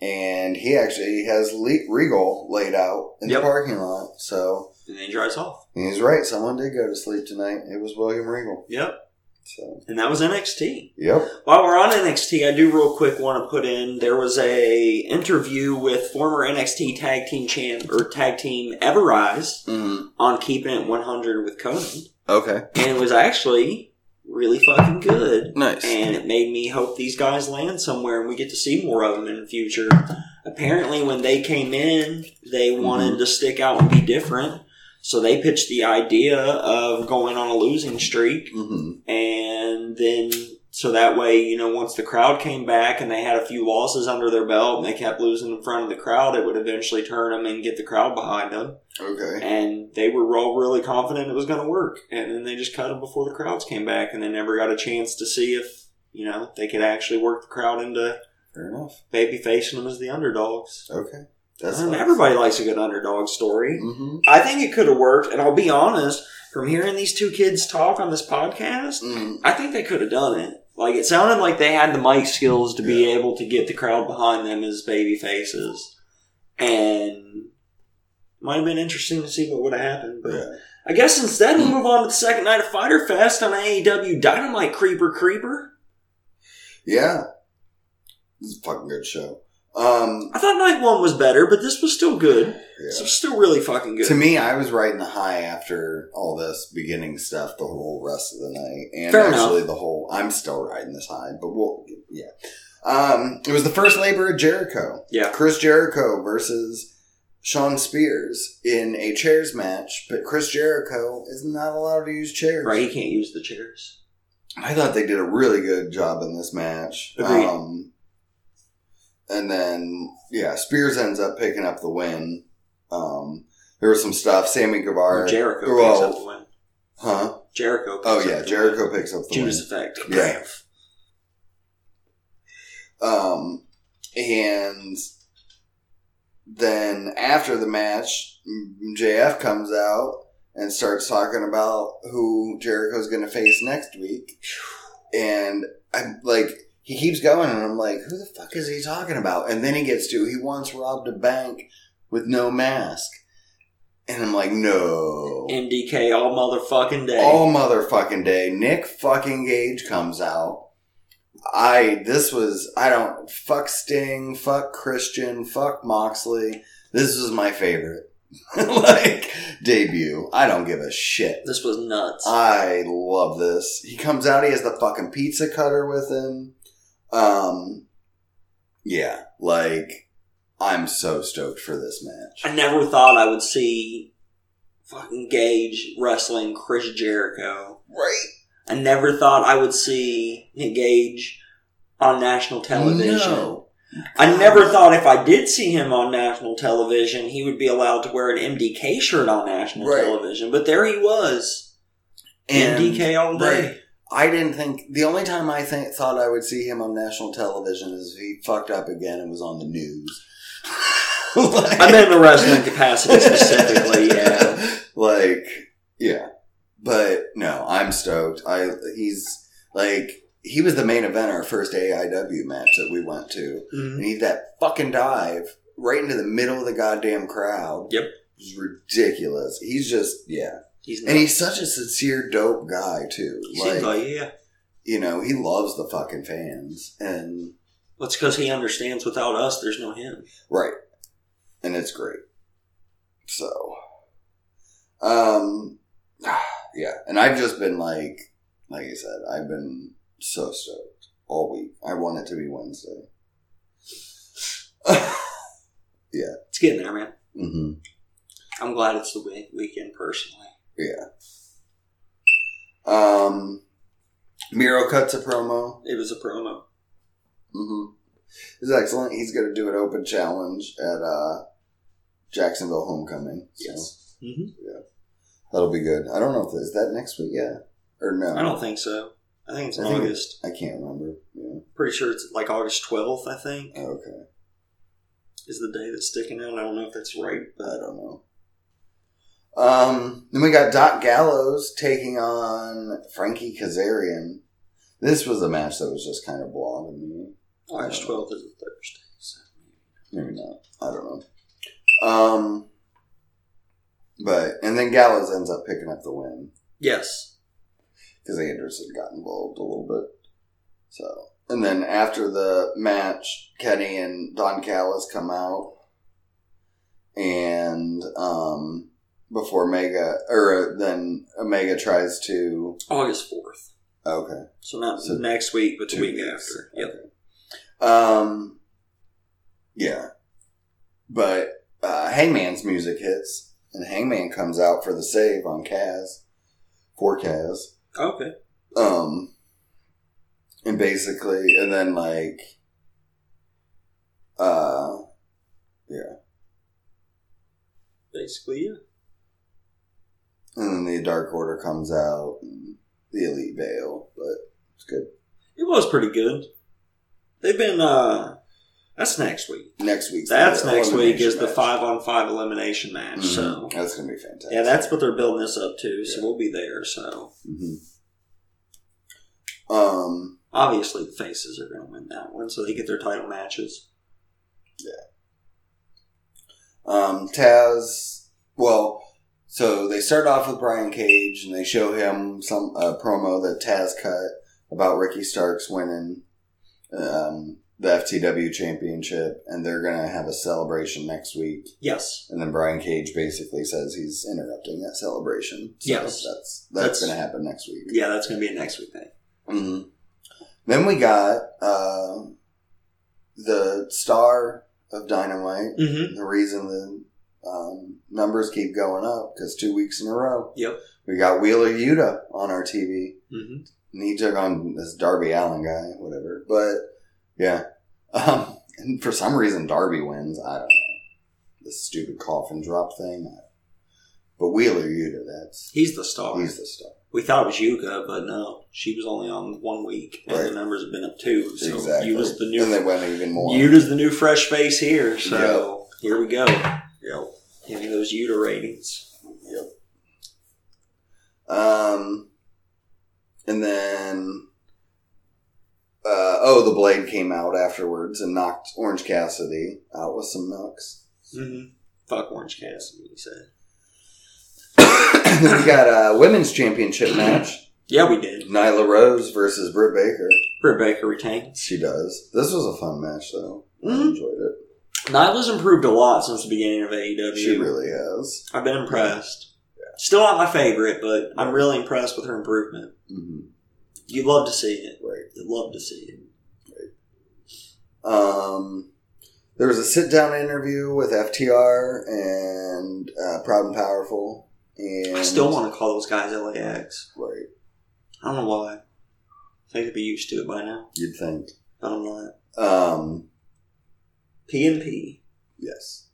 and he actually has Le- Regal laid out in Yep. the parking lot. So and then he drives off. and he's right. Someone did go to sleep tonight. It was William Regal. Yep, So and that was NXT. yep. While we're on NXT, I do real quick want to put in there was a interview with former NXT tag team champ or tag team Everrise Mm, on Keeping It 100 with Conan, okay. and it was actually really fucking good. Nice. And it made me hope these guys land somewhere and we get to see more of them in the future. Apparently, when they came in, they wanted to stick out and be different. So they pitched the idea of going on a losing streak hmm and then so that way you know once the crowd came back and they had a few losses under their belt and they kept losing in front of the crowd it would eventually turn them and get the crowd behind them Okay. and they were all really confident it was going to work and then they just cut them before the crowds came back and they never got a chance to see if you know they could actually work the crowd into Fair enough. baby facing them as the underdogs Okay. And everybody likes a good underdog story Mm-hmm. i think it could have worked and i'll be honest from hearing these two kids talk on this podcast Mm, I think they could have done it. Like it sounded like they had the mic skills to be able to get the crowd behind them as baby faces, and might have been interesting to see what would have happened. But yeah. Hmm. I guess instead we move on to the second night of Fighter Fest on AEW Dynamite Creeper Creeper. Yeah. This is a fucking good show. Um. I thought night one was better, but this was still good. This Yeah. was still really fucking good. To me, I was riding the high after all this beginning stuff the whole rest of the night, and Fair enough. actually the whole. I'm still riding this high, but we'll. Yeah. Um. It was the first labor of Jericho. yeah, Chris Jericho versus Sean Spears in a chairs match, but Chris Jericho is not allowed to use chairs. right. He can't use the chairs. I thought they did a really good job in this match. Agreed. Um, and then, yeah, Spears ends up picking up the win. Um, there was some stuff. Sammy Guevara. Jericho well, picks up the win. huh? Jericho. Picks Oh, up yeah, the Jericho win. picks up the Judas effect. Yeah. win. Um, and then after the match, MJF comes out and starts talking about who Jericho's going to face next week. And I'm like, he keeps going, and I'm like, who the fuck is he talking about? And then he gets to, he once robbed a bank with no mask. And I'm like, no. MDK all motherfucking day. All motherfucking day. Nick fucking Gage comes out. I this was I don't fuck Sting, fuck Christian, fuck Moxley. This was my favorite <laughs> like debut. I don't give a shit. This was nuts. I love this. He comes out, he has the fucking pizza cutter with him. Um yeah, like I'm so stoked for this match. I never thought I would see fucking Gage wrestling Chris Jericho. Right? I never thought I would see Nick Gage on national television. No. I never thought if I did see him on national television, he would be allowed to wear an MDK shirt on national Right. television. But there he was, And- MDK all day. Right. I didn't think the only time I think, thought I would see him on national television is if he fucked up again and was on the news. <laughs> like, I meant in a <laughs> wrestling capacity specifically. Yeah, Like, yeah, but no, I'm stoked. I he's like he was the main event our first AIW match that we went Mm-hmm. to, and he did that fucking dive right into the middle of the goddamn crowd. Yep. It was ridiculous. He's just yeah, he's and he's such a sincere dope guy too. seems like "Oh, yeah. you know, he loves the fucking fans. And Well, it's because he understands. Without us, there's no him. right. And it's great. So um <sighs> yeah. And I've just been like like I said, I've been so stoked all week. I want it to be Wednesday. <laughs> It's getting there, man. Mm-hmm. I'm glad it's the week- weekend personally. Um Miro cuts a promo. It was a promo. Mm-hmm. It's excellent. He's gonna do an open challenge at uh Jacksonville Homecoming. So. Yes. hmm That'll be good. I don't know if is that next week. Yeah, or no? I don't think so. I think it's in I think- August. I can't remember. Yeah. Pretty sure it's like August 12th. I think Okay. is the day that's sticking out. I don't know if that's right, I but don't know. Um. Then we got Doc Gallows taking on Frankie Kazarian. This was a match that was just kind of blah to me. Uh, August 12th is a Thursday. So. Maybe not. I don't know. Um. But and then Gallows ends up picking up the win Yes. because Anderson got involved a little bit. So and then after the match, Kenny and Don Callis come out, and um, before Mega or uh, then Omega tries to August 4th. okay So not So next week, but the two week weeks. after. Yep. Okay. um yeah, but uh, Hangman's music hits and Hangman comes out for the save on Kaz for Kaz. Okay. Um, and basically, and then like, uh, yeah, Basically, yeah. and then the Dark Order comes out, and the Elite Veil, but it's good. It was pretty good. They've been. uh That's next week. Next week, That's next week is the five on five elimination match. So that's gonna be fantastic. yeah, that's what they're building this up to. Mm-hmm. So Yeah. we'll be there. So Mhm. um, obviously the faces are going to win that one, so they get their title matches. um, Taz. Well, so they start off with Brian Cage, and they show him some uh, promo that Taz cut about Ricky Starks winning um, the FTW championship, and they're gonna have a celebration next week. Yes, And then Brian Cage basically says he's interrupting that celebration. So Yes. that's that's, That's- gonna happen next week. yeah, that's going to be a next week thing. hmm Then we got uh, the star of Dynamite Mm-hmm. the reason the um, numbers keep going up because two weeks in a row Yep. we got Wheeler Yuta on our TV, Mm-hmm. and he took on this Darby Allen guy, whatever. But yeah, um, and for some reason Darby wins. I don't know this stupid coffin drop thing, but Wheeler Yuta, that's He's the star. he's the star. we thought it was Yuka, but no, she was only on one week, and Right. the numbers have been up two. So exactly. you was the new and they went even more. Yuta's the new fresh face here, so here we go. Yep. Give me those Yuta ratings. Yep. Um, and then, uh, oh, the blade came out afterwards and knocked Orange Cassidy out with some knocks. Mm-hmm. Fuck Orange Cassidy, he said. <coughs> then we got a women's championship match. Yeah, we did. Nyla Rose versus Britt Baker. Britt Baker retained. She does. This was a fun match, though. I Mhm. enjoyed it. Nyla's improved a lot since the beginning of E AEW. She really has. I've been impressed. Still not my favorite, but I'm really impressed with her improvement. hmm You'd love to see it. Right. You'd love to see it. Um, there was a sit-down interview with FTR and uh, Proud and Powerful. And I still want to call those guys LAX. Right. I don't know why. I think I'd be used to it by now, You'd think. but I'm not. Um, PNP. yes.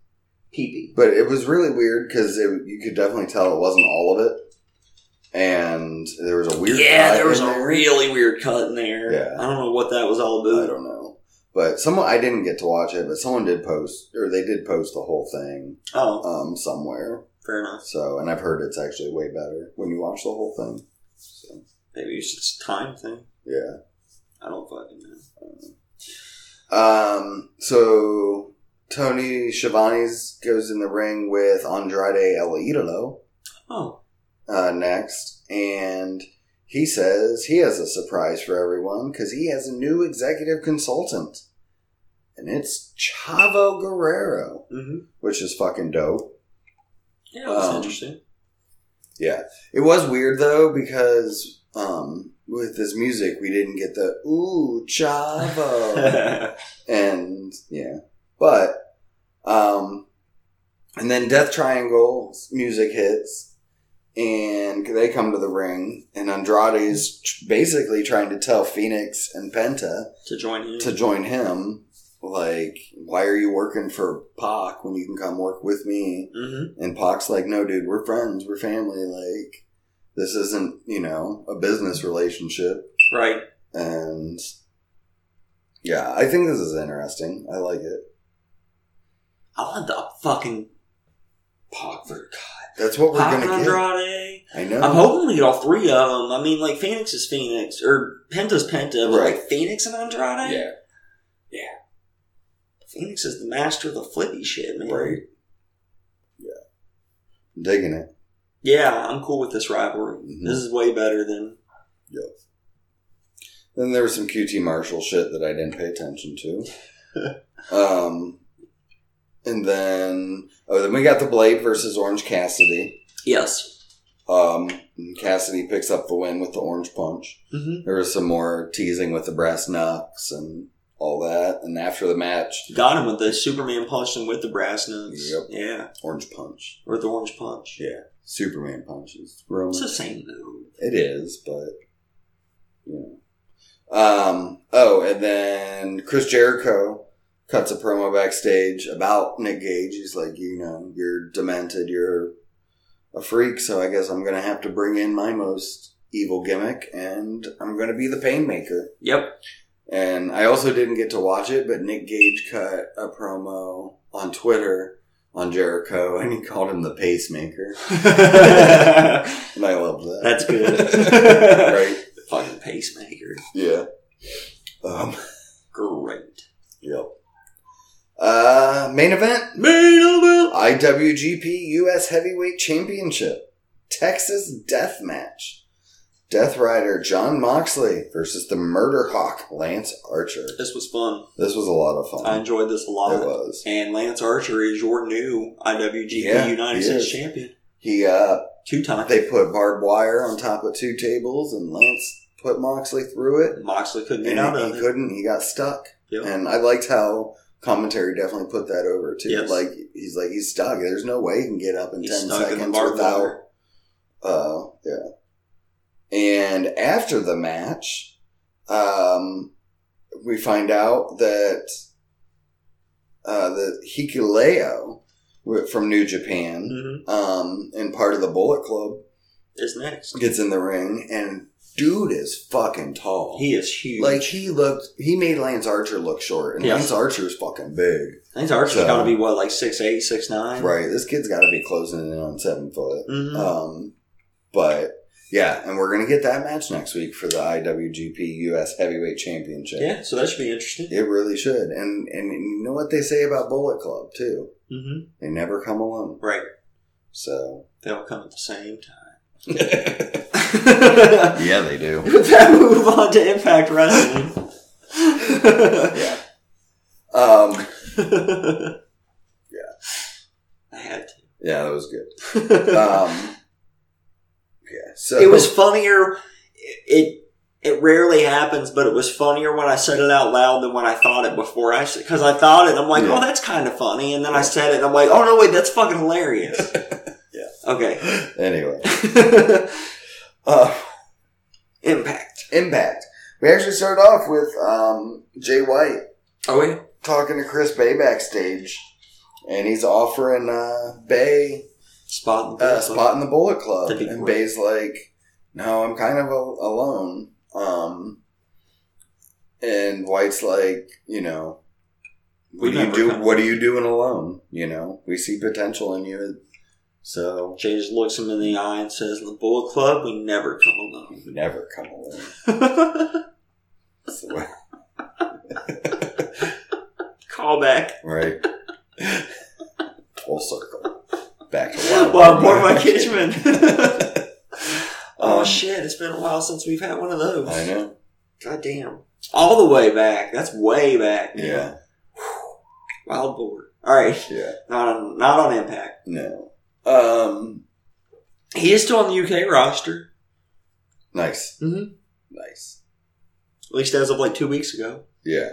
PP. But it was really weird because you could definitely tell it wasn't all of it. And there was a weird yeah, cut there was in a really weird cut in there. Yeah. I don't know what that was all I about. don't know. But someone, I didn't get to watch it, but someone did post, or they did post the whole thing Oh, um, somewhere. fair enough. So, and I've heard it's actually way better when you watch the whole thing. So, Maybe it's just a time thing. yeah. I don't fucking know. Um, so Tony Schiavone's goes in the ring with Andrade El Idolo Oh, uh, next, and he says he has a surprise for everyone because he has a new executive consultant, and it's Chavo Guerrero, mm-hmm. which is fucking dope. yeah, that's Um, <laughs> interesting. Yeah, it was weird though because um, with this music we didn't get the ooh <laughs> Chavo. and yeah, but um, and then Death Triangle's music hits, and they come to the ring, and Andrade's tr- basically trying to tell Phoenix and Penta to join him. to join him. Like, why are you working for Pac when you can come work with me? mm-hmm. And Pac's like, no, dude, we're friends, we're family. Like, this isn't, you know, a business relationship. Right. And yeah, I think this is interesting. I like it. I want the fucking Pac for That's what we're Pac gonna Andrade. get. I know. I'm hoping we get all three of them. I mean, like Phoenix is Phoenix or Penta's Penta, but Right. like Phoenix and Andrade. Yeah. Phoenix is the master of the flippy shit, man. Right. Yeah. I'm digging it. Yeah, I'm cool with this rivalry. Mhm. This is way better than Mm-hmm. Then there was some QT Marshall shit that I didn't pay attention to. um, and then oh, then we got the Blade versus Orange Cassidy. yes. Um, and Cassidy picks up the win with the orange punch. Mm-hmm. There was some more teasing with the brass knucks and all that. And after the match, Got him with the Superman punch and with the brass nuts. Yep. Yeah, orange punch, or the orange punch. Yeah. Superman punches. Roman. It's the same move. It is, but you know. Um, oh, and then Chris Jericho cuts a promo backstage about Nick Gage. He's like, you know, you're demented, you're a freak, so I guess I'm gonna have to bring in my most evil gimmick, and I'm gonna be the painmaker. <laughs> Yep. And I also didn't get to watch it, but Nick Gage cut a promo on Twitter on Jericho, and he called him the pacemaker, That's and I loved that. <laughs> good. right? Fucking pacemaker. Yeah. Um, Great. Yep. Uh, main event Main event. IWGP US Heavyweight Championship Texas Death Match. Death Rider John Moxley versus the Murder Hawk Lance Archer. This was fun. This was a lot of fun. I enjoyed this it a lot. was. And Lance Archer is your new IWGP Yeah, United he States is. champion. He uh, Two times. they put barbed wire on top of two tables, and Lance put Moxley through it, Moxley couldn't and get out he, of he it. couldn't. He got stuck. Yep. And I liked how commentary definitely put that over too. Yes. Like he's like he's stuck. There's no way he can get up in He's ten stuck in the seconds barbed without. wire. Uh, yeah. And after the match, um, we find out that uh, the Hikuleo wi- from New Japan Mhm. um, and part of the Bullet Club Is next. gets in the ring, and dude is fucking tall. He is huge. like he looked, he made Lance Archer look short, and Yes. Lance Archer's fucking big. Lance Archer's So- got to be what, like six eight, six nine. Right, this kid's got to be closing in on seven foot. hmm Um, but yeah, and we're gonna get that match next week for the IWGP US Heavyweight Championship. yeah, so that should be interesting. It really should, and and you know what they say about Bullet Club too? Mm-hmm. They never come alone. Right. So They all come at the same time. <laughs> <laughs> yeah, With they do. that, we move on to Impact Wrestling. <laughs> <laughs> Yeah. Um, I had yeah, that was <laughs> good. to. Um, yeah, so it was <laughs> funnier. It it rarely happens, but it was funnier when I said it out loud than when I thought it before. I because I thought it, I'm like, Yeah. oh, that's kind of funny, and then I said it, and I'm like, oh no, wait, that's fucking hilarious. <laughs> Yeah. Okay. <gasps> <laughs> anyway. Uh, Impact. Impact. We actually started off with um, Jay White Oh yeah. talking to Chris Bay backstage, and he's offering uh, Bay Spot. and a Bullet Club. Uh, spot in the Bullet Club, That'd be and great. Bay's like, "No, I'm kind of a- alone." Um, and White's like, "You know, We what do you never do? come- What are you doing alone? You know, we see potential in you, so Jay just looks him in the eye and says, "The Bullet Club, we never come alone." you never come alone." <laughs> So- Callback. <laughs> Right. Full circle. Back to Wild Well, born Boy. <laughs> my <laughs> Kitchman. oh Um, shit! It's been a while since we've had one of those. I know. God damn. All the way back. That's way back. Yeah. Wild board. All right. Yeah. Not on, not on impact. No. Um. He is still on the UK roster. Nice. Mhm. Nice. At least as of like two weeks ago. Yeah.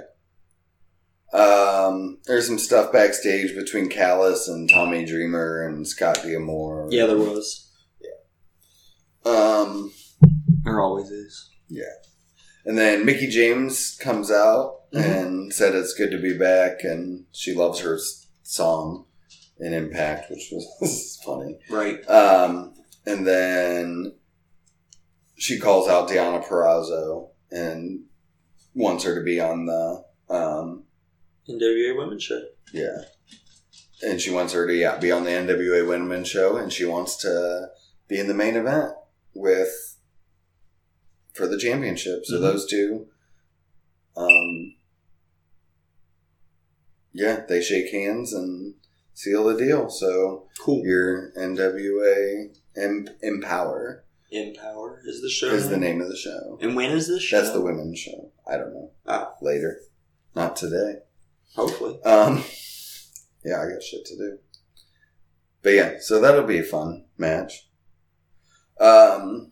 Um. There's some stuff backstage between Callis and Tommy Dreamer and Scott D'Amore. Yeah, there was. Um. There always is. And then Mickey James comes out Mhm. and said it's good to be back, and she loves her s- song in Impact, which was <laughs> funny. Right. Um, and then she calls out Diana Perazzo and wants her to be on the um, NWA Women's Show. yeah, and she wants her to yeah be on the NWA Women Show, and she wants to be in the main event with for the championship. So Mhm. those two, um, yeah, they shake hands and seal the deal. So Cool. your NWA em- Empower Empower is the show. is the name of the show. And when is this show? That's the women's show. I don't know. Ah. Later. Not today. Hopefully. Um, yeah, I got shit to do. But yeah, so that'll be a fun match. Um,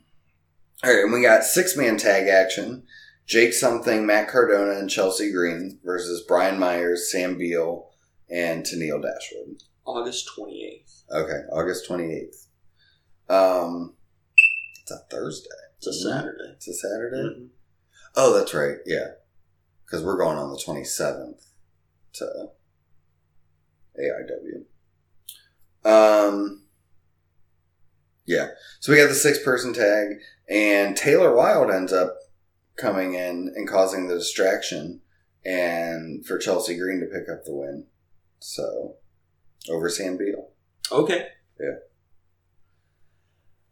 all right, and we got six man tag action. Jake something, Matt Cardona, and Chelsea Green versus Brian Myers, Sam Beal, and Tennille Dashwood. August 28th. Okay, August 28th. Um, it's a Thursday. It's a Mhm. Saturday. It's a Saturday. Mhm. Oh, that's right. Yeah, because we're going on the 27th to AIW. Um, yeah. So we got the six-person tag, and Taylor Wilde ends up coming in and causing the distraction, and for Chelsea Green to pick up the win. So over Sam Beal. Okay.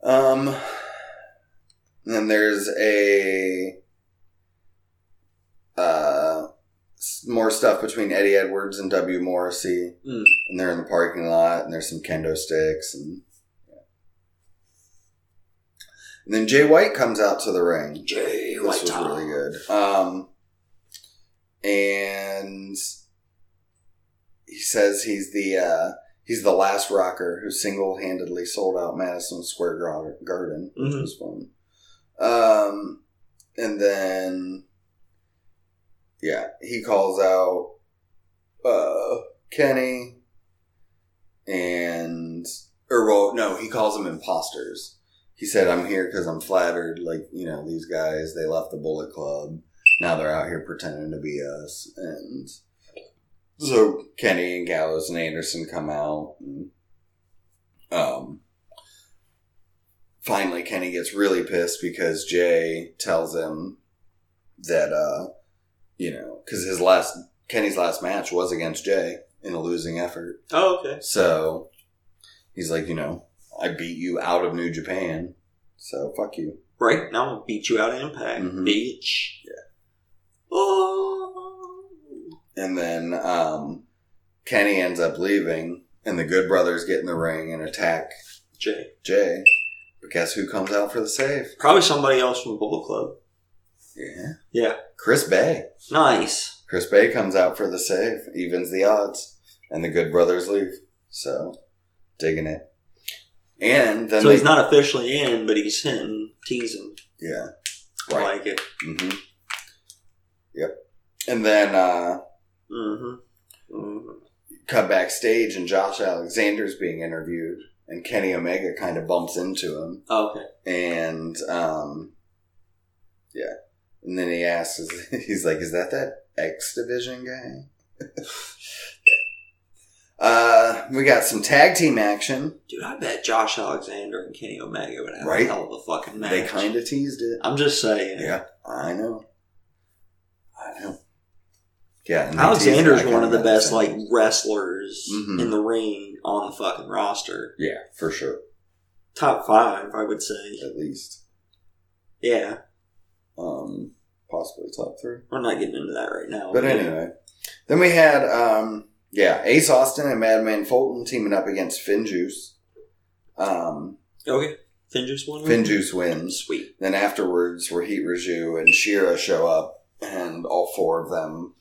Um, then there's a uh, s- more stuff between Eddie Edwards and W. Morrissey, Mm. and they're in the parking lot, and there's some kendo sticks, and, and then Jay White comes out to the ring. Jay This was Whitehall. really good. Um, and he says he's the uh, he's the last rocker who single handedly sold out Madison Square Gar- Garden, which Mhm. was fun. Um, and then yeah, he calls out uh, Kenny and or well, no, he calls them imposters he said, I'm here because I'm flattered. Like, you know, these guys, they left the Bullet Club. Now they're out here pretending to be us. And so Kenny and Gallows and Anderson come out. And, um, finally, Kenny gets really pissed because Jay tells him that, uh, you know, because his last, Kenny's last match was against Jay in a losing effort. Oh, okay. So he's like, you know, I beat you out of New Japan. So fuck you. Right now, I'm gonna beat you out of impact, Mhm. bitch. Oh. Yeah. Oh. And then um, Kenny ends up leaving and the Good Brothers get in the ring and attack Jay. Jay. But guess who comes out for the save? Probably somebody else from Bullet Club. Yeah. Yeah. Chris Bay. Nice. Chris Bay comes out for the save, evens the odds, and the Good Brothers leave. So, digging it. And then so they, he's not officially in, but he's hinting, teasing. yeah, I right. like it. hmm Yep. And then uh, Mm-hmm. hmm cut backstage, and Josh Alexander's being interviewed, and Kenny Omega kind of bumps into him, okay. and um, yeah, and then he asks, is- <laughs> he's like, "Is that that X Division guy?" <laughs> uh, we got some tag team action. Dude, I bet Josh Alexander and Kenny Omega would have Right? a hell of a fucking match. They kind of teased it. I'm just saying. Yeah, I know. I know. Yeah, and they Alexander's teased it. I one of the kinda best like noticed wrestlers Mhm. in the ring on the fucking roster. that. yeah, for sure, Top five, I would say. at least, Yeah, um, possibly top three. we're not getting into that right now. But anyway, then we had um, yeah, Ace Austin and Madman Fulton teaming up against Finjuice. Um, okay, Finjuice one. Finjuice wins. sweet. Then afterwards, Raheet Raju and Shira show up, and all four of them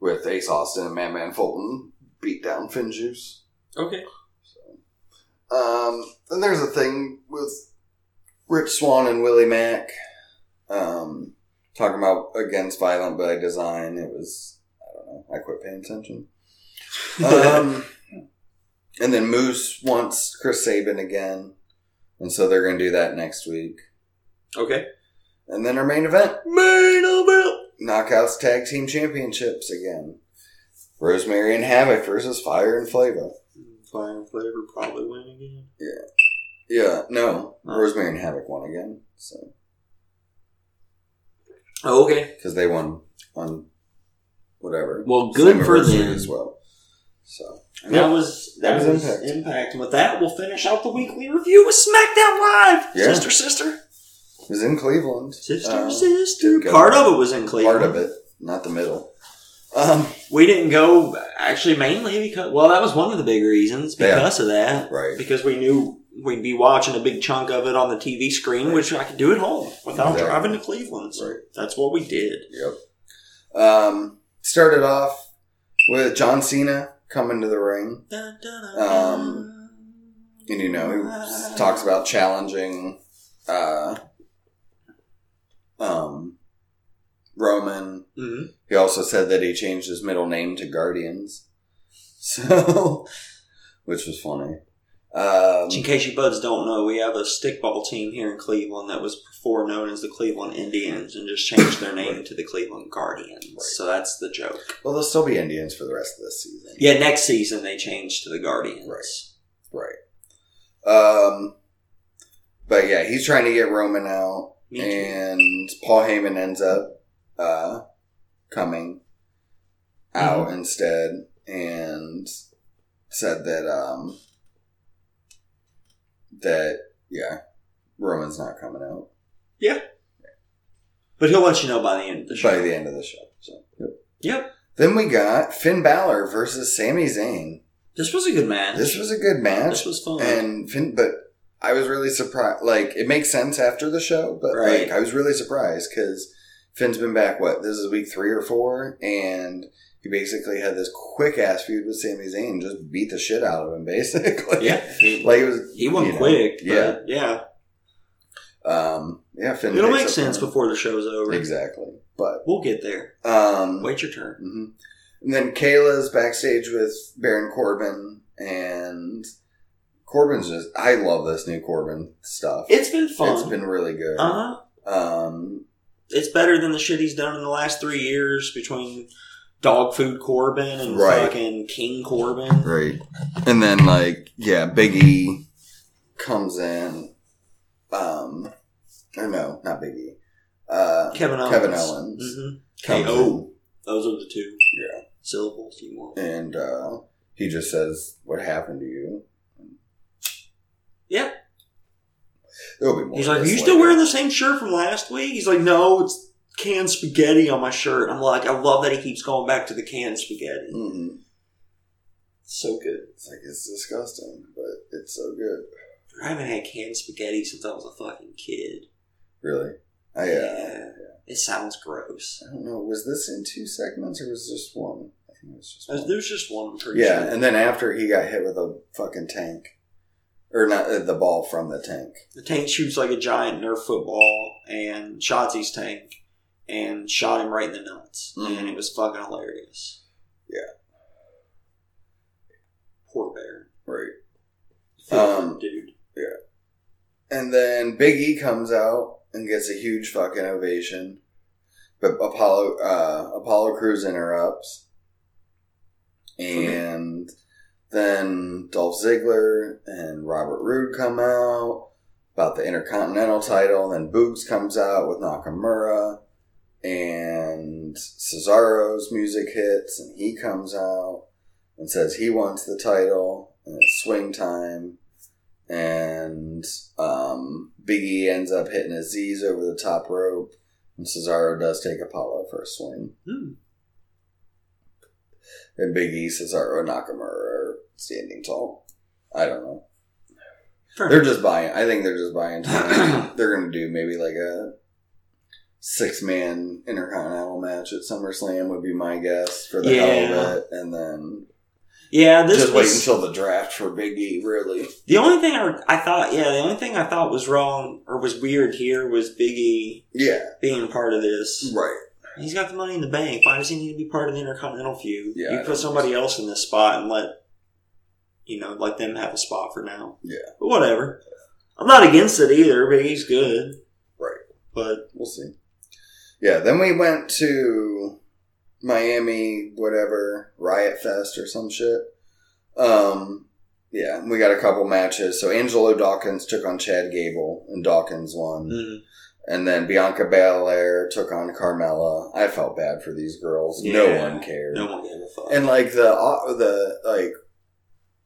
with Ace Austin and Madman Fulton beat down Finjuice. Okay, Um, and there's a thing with Rich Swan and Willie Mack um, talking about against violent by design. It was I don't know. I quit paying attention. Um, and then Moose wants Chris Sabin again, and so they're going to do that next week. okay. And then our main event: Main event. Knockouts Tag Team Championships again. Rosemary and Havoc versus Fire and Flavor. Fire and Flavor probably win again. Yeah, no, Rosemary and Havoc won again. So. Oh, okay. because they won on whatever. Well, good Same for anniversary them. as well. So And That was that, That was was, Impact. impact. And with that, we'll finish out the weekly review with SmackDown Live. Yeah. Sister, sister, it was in Cleveland. sister, Uh, sister. good. Part of it was in Cleveland. Part of it, not the middle. Um, We didn't go actually mainly because well that was one of the big reasons Yeah. because of that right. because we knew we'd be watching a big chunk of it on the TV screen which I could do at home without Exactly. driving to Cleveland so Right. that's what we did Yep. Um, started off with John Cena coming to the ring, Dun, dun, dun, Um, dun. and you know he talks about challenging, uh, um, Roman. Mhm. He also said that he changed his middle name to Guardians. <laughs> So, which was funny. Um, in case you buds don't know we have a stickball team here in Cleveland that was before known as the Cleveland Indians and just changed their name to the Cleveland Guardians Right. so that's the joke well, they'll still be Indians for the rest of this season. yeah next season they changed to the Guardians Right. Um, but yeah, he's trying to get Roman out, Me too. and Paul Heyman ends up uh, coming out Mm-hmm. instead and said that um, that yeah, Roman's not coming out. but he'll let you know by the end of the show by the end of the show. So. yep Then we got Finn Balor versus Sami Zayn. This was a good match. This was a good this match, was fun. and Finn, but I was really surprised. Like it makes sense after the show, but like Right. I was really surprised because Finn's been back. What this is week three or four, and he basically had this quick ass feud with Sami Zayn, just beat the shit out of him, <laughs> basically. yeah, he, like it was. he won you know, quick. yeah. but yeah, Um, yeah, Finn. it'll picks make up sense the- before the show's over. exactly, but We'll get there. um, Wait your turn. hmm And then Kayla's backstage with Baron Corbin, and Corbin's just. I love this new Corbin stuff. It's been fun. It's been really good. uh huh. Um, It's better than the shit he's done in the last three years between dog food Corbin and Right. fucking King Corbin. right. And then, like, yeah, Biggie comes in. Um, or no, not Biggie. Uh, Kevin Owens. Kevin Owens. Mhm. comes KO. Those are the two Yeah. syllables you want. in, and uh, he just says, "What happened to you?" Yeah. There'll be more. He's of like, "Are this you still later." wearing the same shirt from last week?" He's like, "No, it's canned Mm. Mm-hmm. spaghetti on my shirt." I'm like, "I love that he keeps going back to the canned spaghetti." Mhm. So good. It's like it's disgusting, but it's so good. I haven't had canned spaghetti since I was a fucking kid. Really? I, uh, It sounds gross. I don't know. Was this in two segments or was this one? I think it was just one. There's just one. I'm pretty Yeah, sure. and then after he got hit with a fucking tank, or not uh, the ball from the tank. The tank shoots like a giant Nerf football and shots his tank and shot him right in the nuts. Mhm. And it was fucking hilarious. Yeah. Poor bear. Right. Um, Um, dude. And then Big E comes out and gets a huge fucking ovation, but Apollo uh, Apollo Cruz interrupts, and then Dolph Ziggler and Robert Roode come out about the Intercontinental title. Then Boogs comes out with Nakamura, and Cesaro's music hits, and he comes out and says he wants the title, and it's swing time and um, Biggie ends up hitting Aziz over the top rope, and Cesaro does take Apollo for a swing. Hmm. And Biggie, Cesaro, and Nakamura are standing tall. I don't know. Fair They're enough. just buying. I think they're just buying <clears throat> time. they're going to do maybe like a six man intercontinental match at SummerSlam would be my guess for the hell Yeah. of it, and then yeah, this just was, wait until the draft for Biggie. Really, The only thing I, I thought, yeah, the only thing I thought was wrong or was weird here was Biggie yeah, being part of this. right. He's got the money in the bank. Why does he need to be part of the Intercontinental feud? Yeah, I you don't put somebody else in this spot and let, you know, let them have a spot for now. Yeah. But whatever. I'm not against it either. Biggie's good. Right. But we'll see. Yeah, then we went to Miami, whatever, Riot Fest or some shit. Um, yeah, and we got a couple matches. So Angelo Dawkins took on Chad Gable, and Dawkins won. mm, And then Bianca Belair took on Carmella. I felt bad for these girls. no Yeah, one cared. no one gave a fuck. And like the au- the like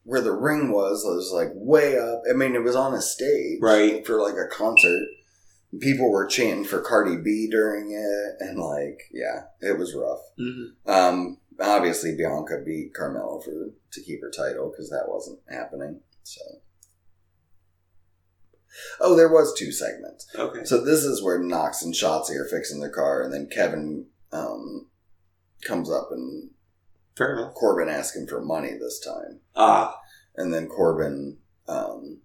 where the ring was was like way up. I mean, it was on a stage, Right. for like a concert. People were chanting for Cardi B during it, and like, yeah, it was rough. Mhm. Um, obviously Bianca beat Carmella for to keep her title because that wasn't happening. So, oh, there was two segments. Okay. So this is where Knox and Shotzi are fixing their car, and then Kevin um, comes up and Fair enough. Corbin asked him for money this time, Ah, and then Corbin um,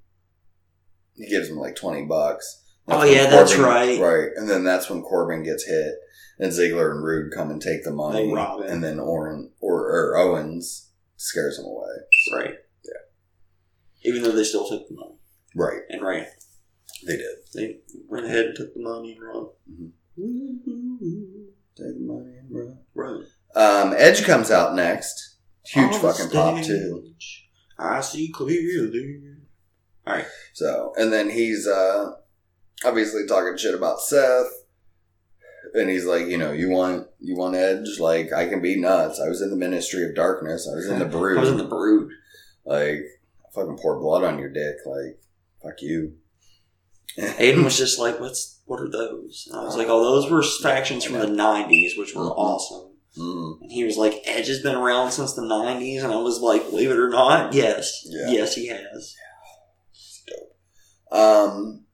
he gives him like twenty bucks. Oh, when yeah, that's Corbin- right. right. And then that's when Corbin gets hit, and Ziggler and Rude come and take the money, They rob him. and then Orin or, or Owens scares him away. right. Yeah. Even though they still took the money Right, and ran. they did They went ahead and took the money and run. Mhm. Mm-hmm. Woo-hoo-hoo. take the money and run. Run. Um, Edge comes out next, huge On fucking pop stage, too. I see clearly. All right. So, and then he's uh, obviously talking shit about Seth, and he's like, you know, you want you want Edge? Like, I can be nuts. I was in the Ministry of Darkness. I was in the Brood. <laughs> I was in the brood. like, fucking pour blood on your dick. Like, fuck you. Aiden was just like, "What's? What are those?" And I was like, "Oh, those were factions from the '90s, which were Mhm. awesome." Mm. And he was like, "Edge has been around since the '90s," and I was like, "Believe it or not, yes, Yeah. yes, he has." Um,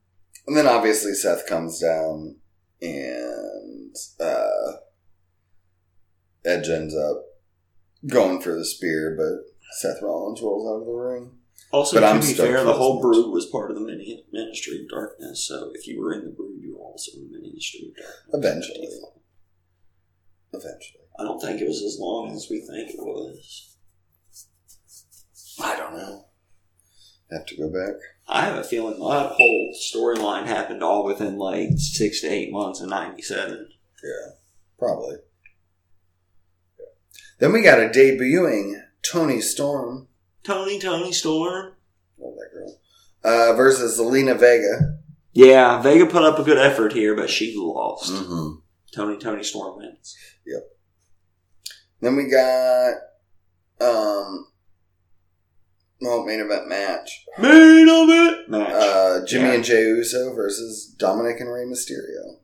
and then obviously Seth comes down, and uh, Edge ends up going for the spear, but Seth Rollins rolls out of the ring. Also, But to I'm be stoked fair, for the this whole match. brood was part of the mini- Ministry of Darkness. So if you were in the brood, you were also in the Ministry of Darkness. Eventually. Eventually. I don't think it was as long as we think it was. I don't know. Have to go back. I have a feeling my whole storyline happened all within like six to eight months in '97. Yeah, probably. Then we got a debuting Tony Storm. Tony, Tony Storm. Love that girl. Uh, versus Zelina Vega. Yeah, Vega put up a good effort here, but she lost. Mm-hmm. Tony, Tony Storm wins. Then we got um, well, main event match. Main event match. Uh, Jimmy Yeah. and Jey Uso versus Dominic and Rey Mysterio.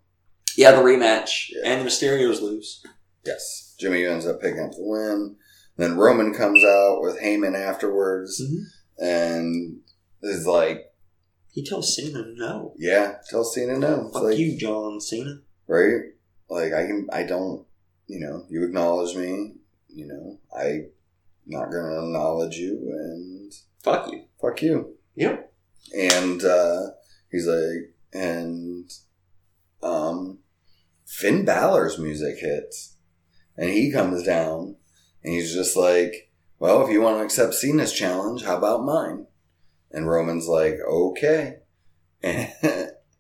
yeah, the rematch, Yeah. and the Mysterios lose. Yes, Jimmy ends up picking up the win. Then Roman comes out with Heyman afterwards Mhm. and is like, He tells Cena no. yeah, tell Cena no. It's Fuck like, you, John Cena. right? Like I can, I don't, you know, you acknowledge me, you know, I not gonna acknowledge you, and Fuck you. fuck you. Yep. And uh, he's like, and um, Finn Balor's music hits, and he comes down, and he's just like, well, if you want to accept Cena's challenge, how about mine? And Roman's like, okay, <laughs>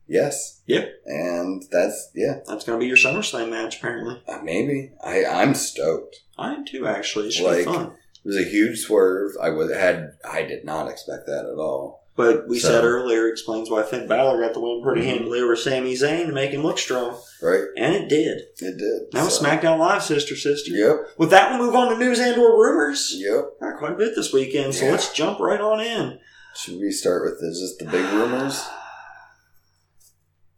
yes, Yep. and that's yeah. That's gonna be your SummerSlam match, apparently. Uh, maybe I I'm stoked. I am too, actually. It should be Like- fun. It was a huge swerve. I was had I did not expect that at all. But we said So- earlier explains why Finn Balor got the win pretty Mhm. handily over Sami Zayn to make him look strong, Right? and it did. It did. That was So- SmackDown Live, sister, sister. Yep. With that, we'll move on to news and or rumors. Yep. Got quite a bit this weekend, so Yeah. let's jump right on in. Should we start with the, just the big rumors?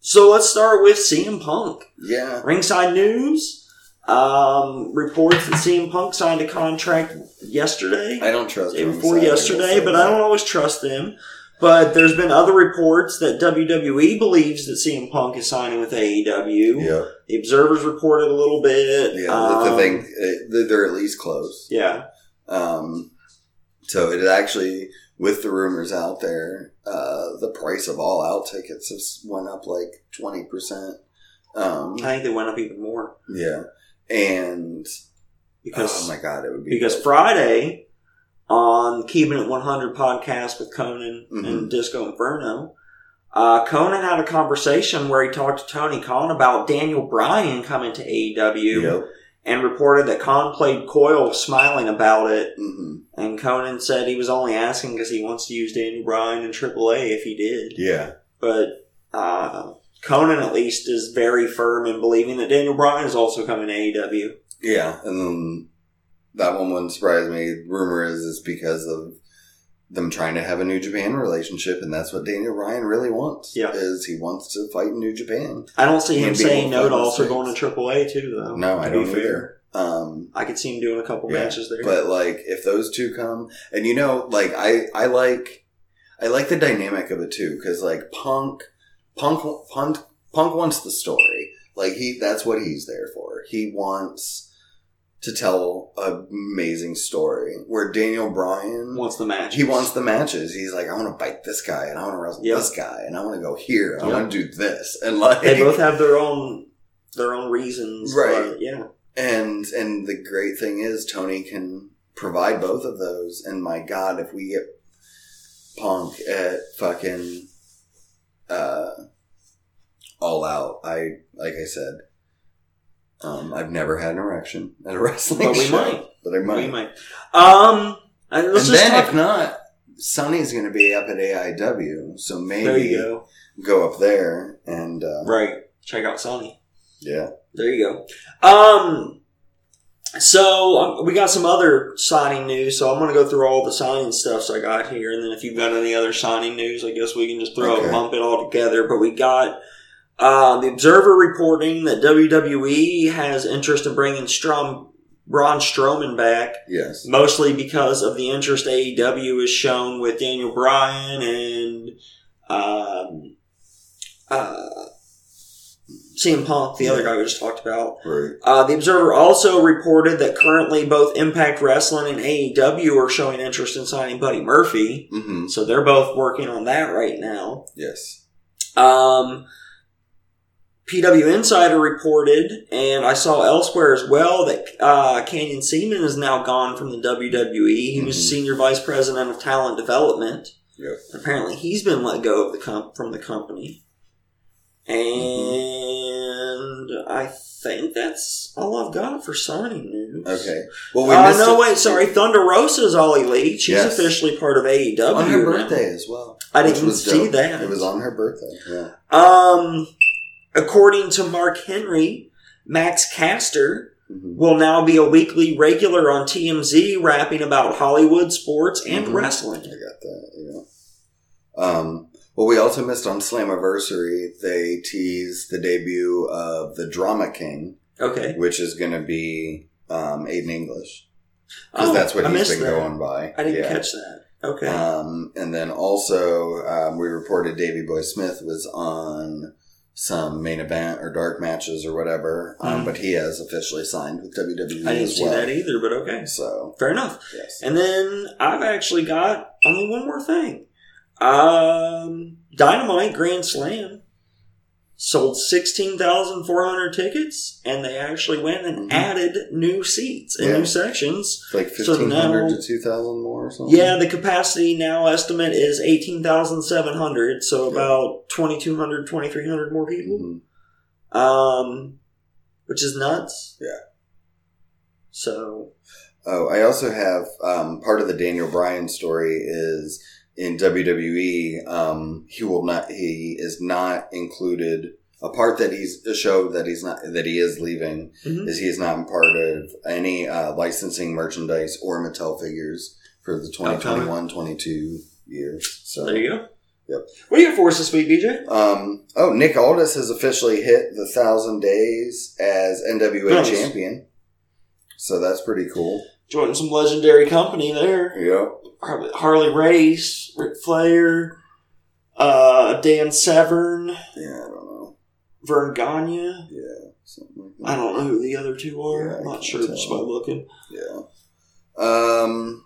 So let's start with CM Punk. Yeah. Ringside News um, reports that CM Punk signed a contract yesterday, I don't trust. day him, before so I will yesterday, say but that. I don't always trust them. But there's been other reports that WWE believes that CM Punk is signing with AEW. Yeah. The Observers reported a little bit. Yeah. um, the thing, uh, they're- they're at least close. Yeah. Um, so it actually, with the rumors out there, uh, the price of all out tickets has went up like twenty percent. Um, I think they went up even more yeah, and because oh my god, it would be because Friday on Keeping It 100 podcast with Conan and Mhm. Disco Inferno, uh, Conan had a conversation where he talked to Tony Khan about Daniel Bryan coming to AEW Yep. and reported that Khan played coy, smiling about it. hmm And Conan said he was only asking because he wants to use Daniel Bryan in AAA if he did. Yeah. But uh, Conan, at least, is very firm in believing that Daniel Bryan is also coming to E AEW. Yeah. And then that one wouldn't surprise me. Rumor is it's because of them trying to have a New Japan relationship, and that's what Daniel Bryan really wants. Yeah. Is he wants to fight in New Japan. I don't see him Maybe saying we'll no to find also mistakes. going to AAA too, though. No, I Oh, to be don't either. Um I could see him doing a couple Yeah, matches there. but like if those two come and you know, like I I like I like the dynamic of it too, because like punk punk punk punk wants the story. Like he that's what he's there for. He wants to tell an amazing story. Where Daniel Bryan wants the match. he wants the matches. He's like, I want to bite this guy, and I want to wrestle Yep. this guy, and I want to go here. I Yep. want to do this, and like, They both have their own their own reasons, Right. but yeah, and and the great thing is Tony can provide both of those. And my God, if we get Punk at fucking uh, all out, I like I said, um, I've never had an erection at a wrestling But we show, might. but I might. we might. Um, and let's and just then talk. if not, Sonny's going to be up at AIW, so maybe there you go. go up there and uh, Right, check out Sony. yeah, There you go. Um, so um, we got some other signing news. So I'm going to go through all the signing stuffs I got here, and then if you've got any other signing news, I guess we can just throw Okay. a bump it all together. But we got uh, the Observer reporting that WWE has interest in bringing Strom. Braun Strowman back, yes, mostly because of the interest AEW has shown with Daniel Bryan and um, uh, CM Punk, the other guy we just talked about. right, Uh, the Observer also reported that currently both Impact Wrestling and AEW are showing interest in signing Buddy Murphy. mm-hmm. So they're both working on that right now. yes, Um, PW Insider reported, and I saw elsewhere as well, that uh, Canyon Seaman is now gone from the WWE. He Mhm. was Senior Vice President of Talent Development. Yep. Apparently, he's been let go of the comp- from the company. And I think that's all I've got for signing news. okay. Well, we Uh, missed no, it wait, sorry. Thunder Rosa is all elite. She's Yes. officially part of AEW. on her now. birthday as well. I which didn't was see dope. that. It was on her birthday. Yeah, Um, according to Mark Henry, Max Caster hmm will now be a weekly regular on TMZ, rapping about Hollywood sports and Mhm. I wrestling. got that. Yeah. Um. Well, we also missed on Slammiversary. They teased the debut of the Drama King, Okay, which is going to be um, Aiden English. because Oh, that's what I he's missed been that. going by. I didn't Yeah. catch that. Okay. Um, and then also, um, we reported Davy Boy Smith was on some main event or dark matches or whatever, um, Mhm. but he has officially signed with WWE I didn't as see well. that either, but okay. So, Fair enough. yes. And then I've actually got only one more thing. Um, Dynamite Grand Slam sold 16,400 tickets, and they actually went and Mhm. added new seats and Yeah. new sections. It's like so 1,500 now- to 2,000 more or something? Yeah, the capacity now estimate is 18,700, so Yeah. about 2,200, 2,300 more people. Mhm. Um, which is nuts. Yeah. So, Oh, I also have um, part of the Daniel Bryan story is in WWE. Um, he will not. He is not included. A part that he's a show that he's not that he is leaving mhm. is he is not part of any uh, licensing merchandise or Mattel figures for the 2021-22 year. So there you go. Yep. What do you got for us this week, BJ? Um, oh, Nick Aldis has officially hit the thousand days as NWA Nice. champion. So that's pretty cool. joining some legendary company there. Yep. Har- Harley Race, Ric Flair, uh, Dan Severn, Yeah, I don't know. Vern Gagne. Yeah, something like that. I don't know who the other two are. Yeah, I I'm not can't sure just by tell. looking. Yeah. Um.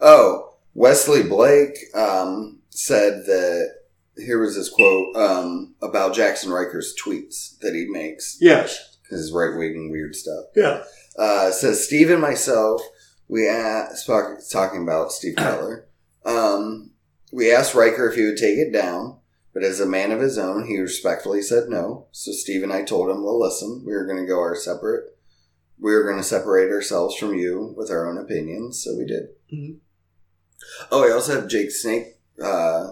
Oh, Wesley Blake um, said that here was his quote um, about Jackson Riker's tweets that he makes Yes. his right wing weird stuff. Yeah. Uh, says Steve and myself. We asked talk, talking about <clears throat> Steve Keller. Um, we asked Riker if he would take it down, but as a man of his own, he respectfully said no. So Steve and I told him, "Well, listen, we were going to go our separate. We were going to separate ourselves from you with our own opinions." So we did. Mhm. Oh, I also have Jake Snake uh,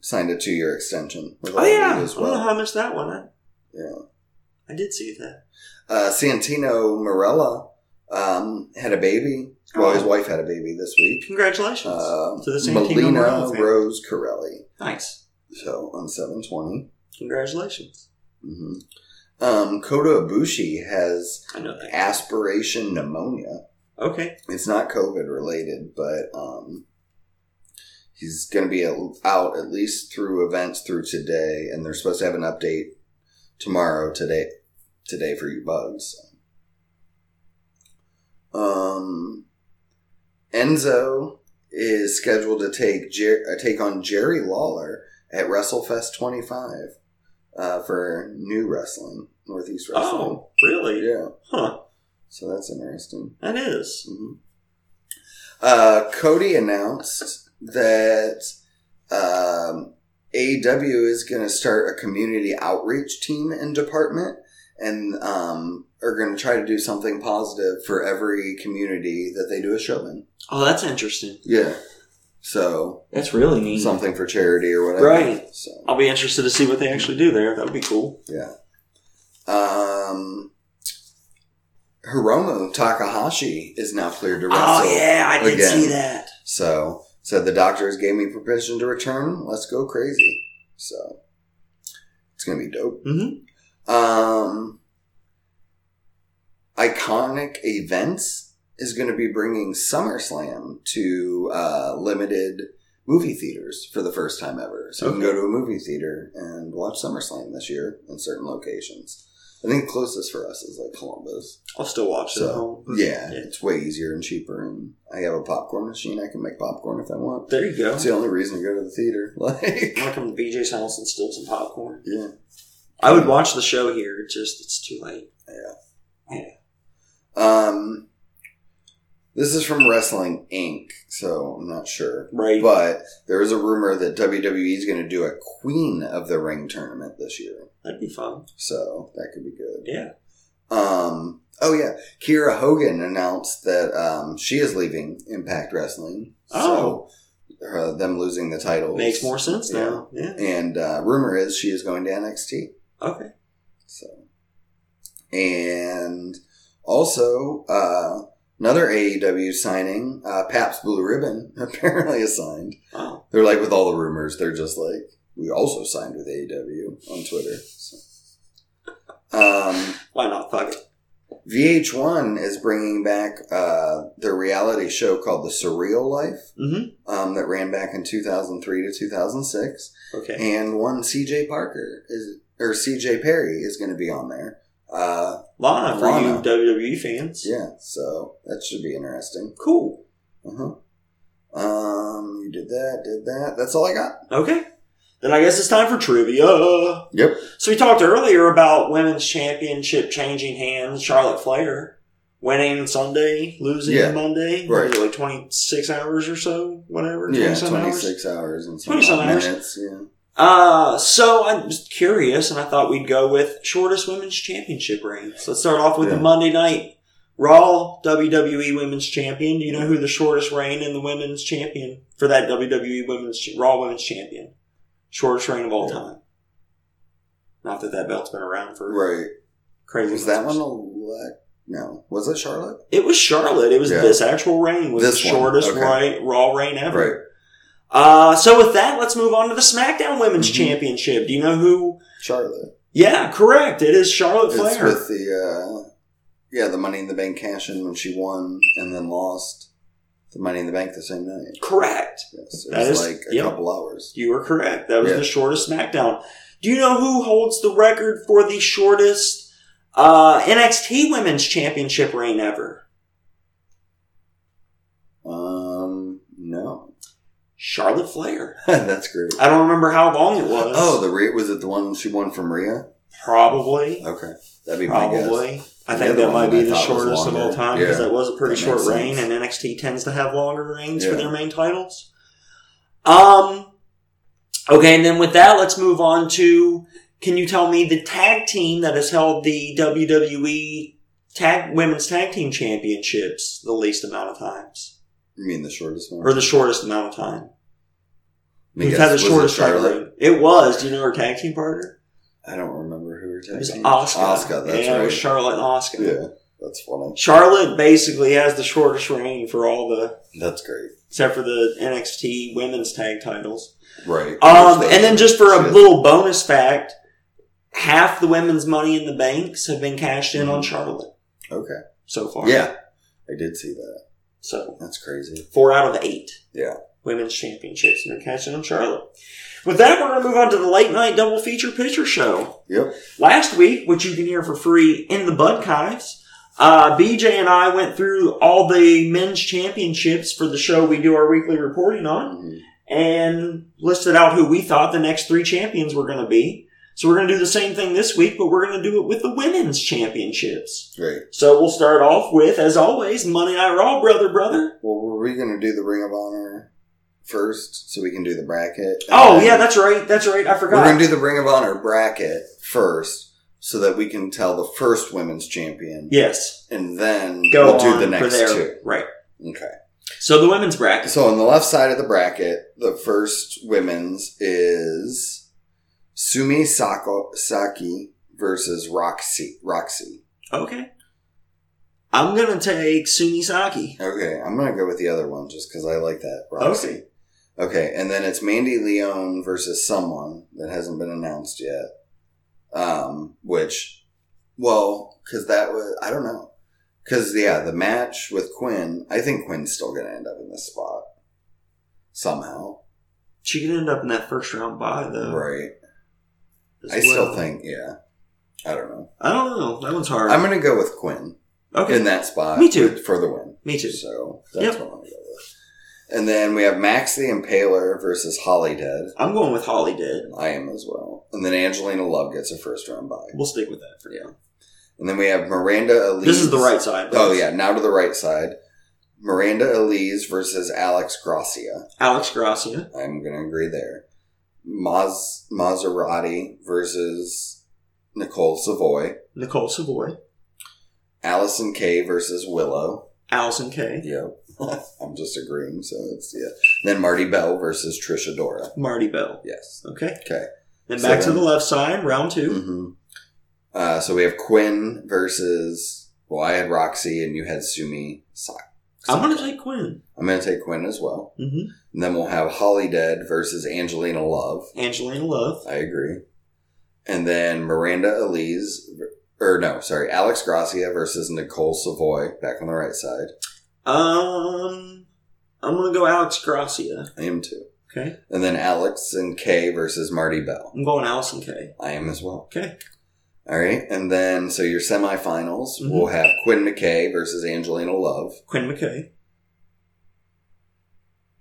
signed a two-year extension. With Oh, yeah. as I don't know well. how I missed that one. I, Yeah. I did see that. Uh, Santino Morella um, had a baby. Well, his Oh. wife had a baby this week. Congratulations Uh, to the Santino Morella Melina family. Rose Corelli. Nice. So on 720. Congratulations. hmm Um, Kota Ibushi has I know that. aspiration pneumonia. Okay. It's not COVID related, but um, he's going to be at- out at least through events through today, and they're supposed to have an update tomorrow, today, today for you bugs. Um, Enzo is scheduled to take Jer- uh, take on Jerry Lawler at WrestleFest 25 uh, for new wrestling, Northeast Wrestling. Oh, really? Yeah, Huh. so that's interesting. That is. Mhm. Uh, Cody announced that um, AEW is going to start a community outreach team and department, and um, are going to try to do something positive for every community that they do a show in. Oh, that's interesting. Yeah, so That's really neat. something for charity or whatever. Mm-hmm. Right. So I'll be interested to see what they actually do there. That would be cool. yeah. Um, Hiromu Takahashi is now cleared to wrestle. Oh, yeah. I did again. see that. So said the doctors gave me permission to return. Let's go crazy. So it's gonna be dope. Mhm. Um, iconic events is gonna be bringing SummerSlam to uh, limited movie theaters for the first time ever. So you can Okay. go to a movie theater and watch SummerSlam this year in certain locations. I think closest for us is like Columbus. I'll still watch it at So home. yeah, it's way easier and cheaper. And I have a popcorn machine. I can make popcorn if I want. There you go. That's the only reason to go to the theater. <laughs> Like, I'll come to BJ's house and steal some popcorn. yeah. I would watch the show here, it's just it's too late. Um, this is from Wrestling Inc., so I'm not sure. Right. But there is a rumor that WWE is going to do a Queen of the Ring tournament this year. That'd be fun. So that could be good. Yeah. Um, oh, yeah. Kira Hogan announced that um, she is leaving Impact Wrestling. Oh. So uh, them losing the title Makes more sense now. Yeah. And uh, rumor is she is going to NXT. Okay. So, and also uh, another AEW signing, uh, Paps Blue Ribbon <laughs> apparently is signed. Wow. They're like with all the rumors, they're just like we also signed E with AEW on Twitter. So. Um, Why not? Fuck it. VH1 is bringing back uh, their reality show called The Surreal Life Mm-hmm. um, that ran back in 2003 to 2006. Okay. And one CJ Parker is, or CJ Perry is going to be on there. Uh, Lana, for Lana. you WWE fans. yeah, so that should be interesting. Cool. Uh-huh. Um, you did that, did that. That's all I got. Okay. Then I guess it's time for trivia. Yep. So we talked earlier about women's championship changing hands. Charlotte Flair winning Sunday, losing Yeah. Monday. Right. What is it, like 26 hours or so, whatever. Yeah, 27 hours. 26 hours and some 27 odd hours. minutes. Yeah. Uh, so I'm just curious, and I thought we'd go with shortest women's championship reign. So let's start off with Yeah. the Monday night Raw WWE Women's Champion. Do you know who the shortest reign in the Women's Champion for that WWE Women's Ch- Raw Women's Champion? Shortest reign of all Yeah. time. Not that that belt's been around for Right. crazy. Was that numbers. one elect? No. Was it Charlotte? It was Charlotte. It was Yeah. this actual reign was This the one. shortest Okay. right, Raw reign ever. Uh, so with that, let's move on to the SmackDown Women's Mhm. Championship. Do you know who? Charlotte. Yeah, correct. It is Charlotte It's Flair. with the, uh, yeah, the Money in the Bank cash in when she won and then lost the Money in the Bank the same night. correct. Yes. It That was is- like a yep. couple hours. You were correct. That was Yeah. the shortest SmackDown. Do you know who holds the record for the shortest uh, NXT Women's Championship reign ever? Um, no. <laughs> Charlotte Flair. That's great. I don't remember how long it was. Oh, the Rhea, was it the one she won from Rhea? probably. Okay. That'd be my guess. Probably. I The think other that one might be I the thought was shortest of all longer. time because Yeah. that was a pretty That short makes reign, sense. and NXT tends to have longer reigns for Yeah. their main titles. Um. Okay, and then with that, let's move on to. Can you tell me the tag team that has held the WWE tag women's tag team championships the least amount of times, You mean the shortest one? or the shortest amount of time? Let me Who's guess. had the Was it shortest tag reign? It was. Do you know her tag team partner? I don't remember who her tag It was team- Oscar. Asuka, that's yeah, right. it was Charlotte and Oscar. yeah, that's funny. Charlotte basically has the shortest reign for all the That's great. except for the NXT women's tag titles. Right. Um, and then just for She a is- little bonus fact, half the women's money in the banks have been cashed in on Charlotte Mm-hmm. Okay. so far. Yeah. I did see that. So That's crazy. four out of eight. Yeah. Women's championships have been cashed in on Charlotte. With that, we're going to move on to the late night double feature picture show. Yep. Last week, which you can hear for free in the Budkives, uh, BJ and I went through all the men's championships for the show we do our weekly reporting on Mhm. and listed out who we thought the next three champions were going to be. So we're going to do the same thing this week, but we're going to do it with the women's championships. Great. So we'll start off with, as always, Monday Night Raw, brother, brother. Well, were we going to do the Ring of Honor first so we can do the bracket? And Oh, then- yeah, that's right. That's right. I Um, We're forgot. going to do the Ring of Honor bracket first so that we can tell the first women's champion. yes. And then Go we'll on do the for next there. two. Right. Okay. So the women's bracket. So on the left side of the bracket, the first women's is Sumi Sako, Saki versus Roxy. Roxy. Okay. I'm going to take Sunisaki. Okay, I'm gonna go with the other one just because I like that Roxy. Okay. and then it's Mandy Leone versus someone that hasn't been announced yet. Um, which, well, because that was I don't know, because yeah, the match with Quinn. I think Quinn's still gonna end up in this spot somehow, She could end up in that first round bye, though. right? as I still well. think, yeah. I don't know. I don't know. That one's hard. I'm gonna go with Quinn okay. in that spot. Me too. for the win. Me too. So that's Yep. what I'm gonna go with. And then we have Max the Impaler versus Holly Dead. I'm going with Holly Dead. I am as well. And then Angelina Love gets a first round bye. We'll stick with that for now. And then we have Miranda Elise. This is the right side. Oh yeah, now to the right side. Miranda Elise versus Alex Gracia. Alex Gracia. I'm gonna agree there. Maz Maserati versus Nicole Savoy. Nicole Savoy. Allison Kay versus Willow. Allison Kay. Yep. <laughs> I'm just agreeing, so it's yeah. Then Marty Bell versus Trisha Dora. Marty Bell. Yes. Okay. Okay. Then So back to then- the left side, round 2 Mm-hmm. Uh, so we have Quinn versus well, I had Roxy and you had Sumi Saki. I'm going to take Quinn. I'm gonna take Quinn as well. hmm And then we'll have Holly Dead versus Angelina Love. Angelina Love. I agree. And then Miranda Elise or no, sorry, Alex Gracia versus Nicole Savoy back on the right side. Um, I'm gonna go Alex Gracia. I am too. Okay, And then Alex and Kay versus Marty Bell. I'm going Allison K. I am as well. Okay, All right. And then, so your semifinals Mhm. will have Quinn McKay versus Angelina Love. Quinn McKay.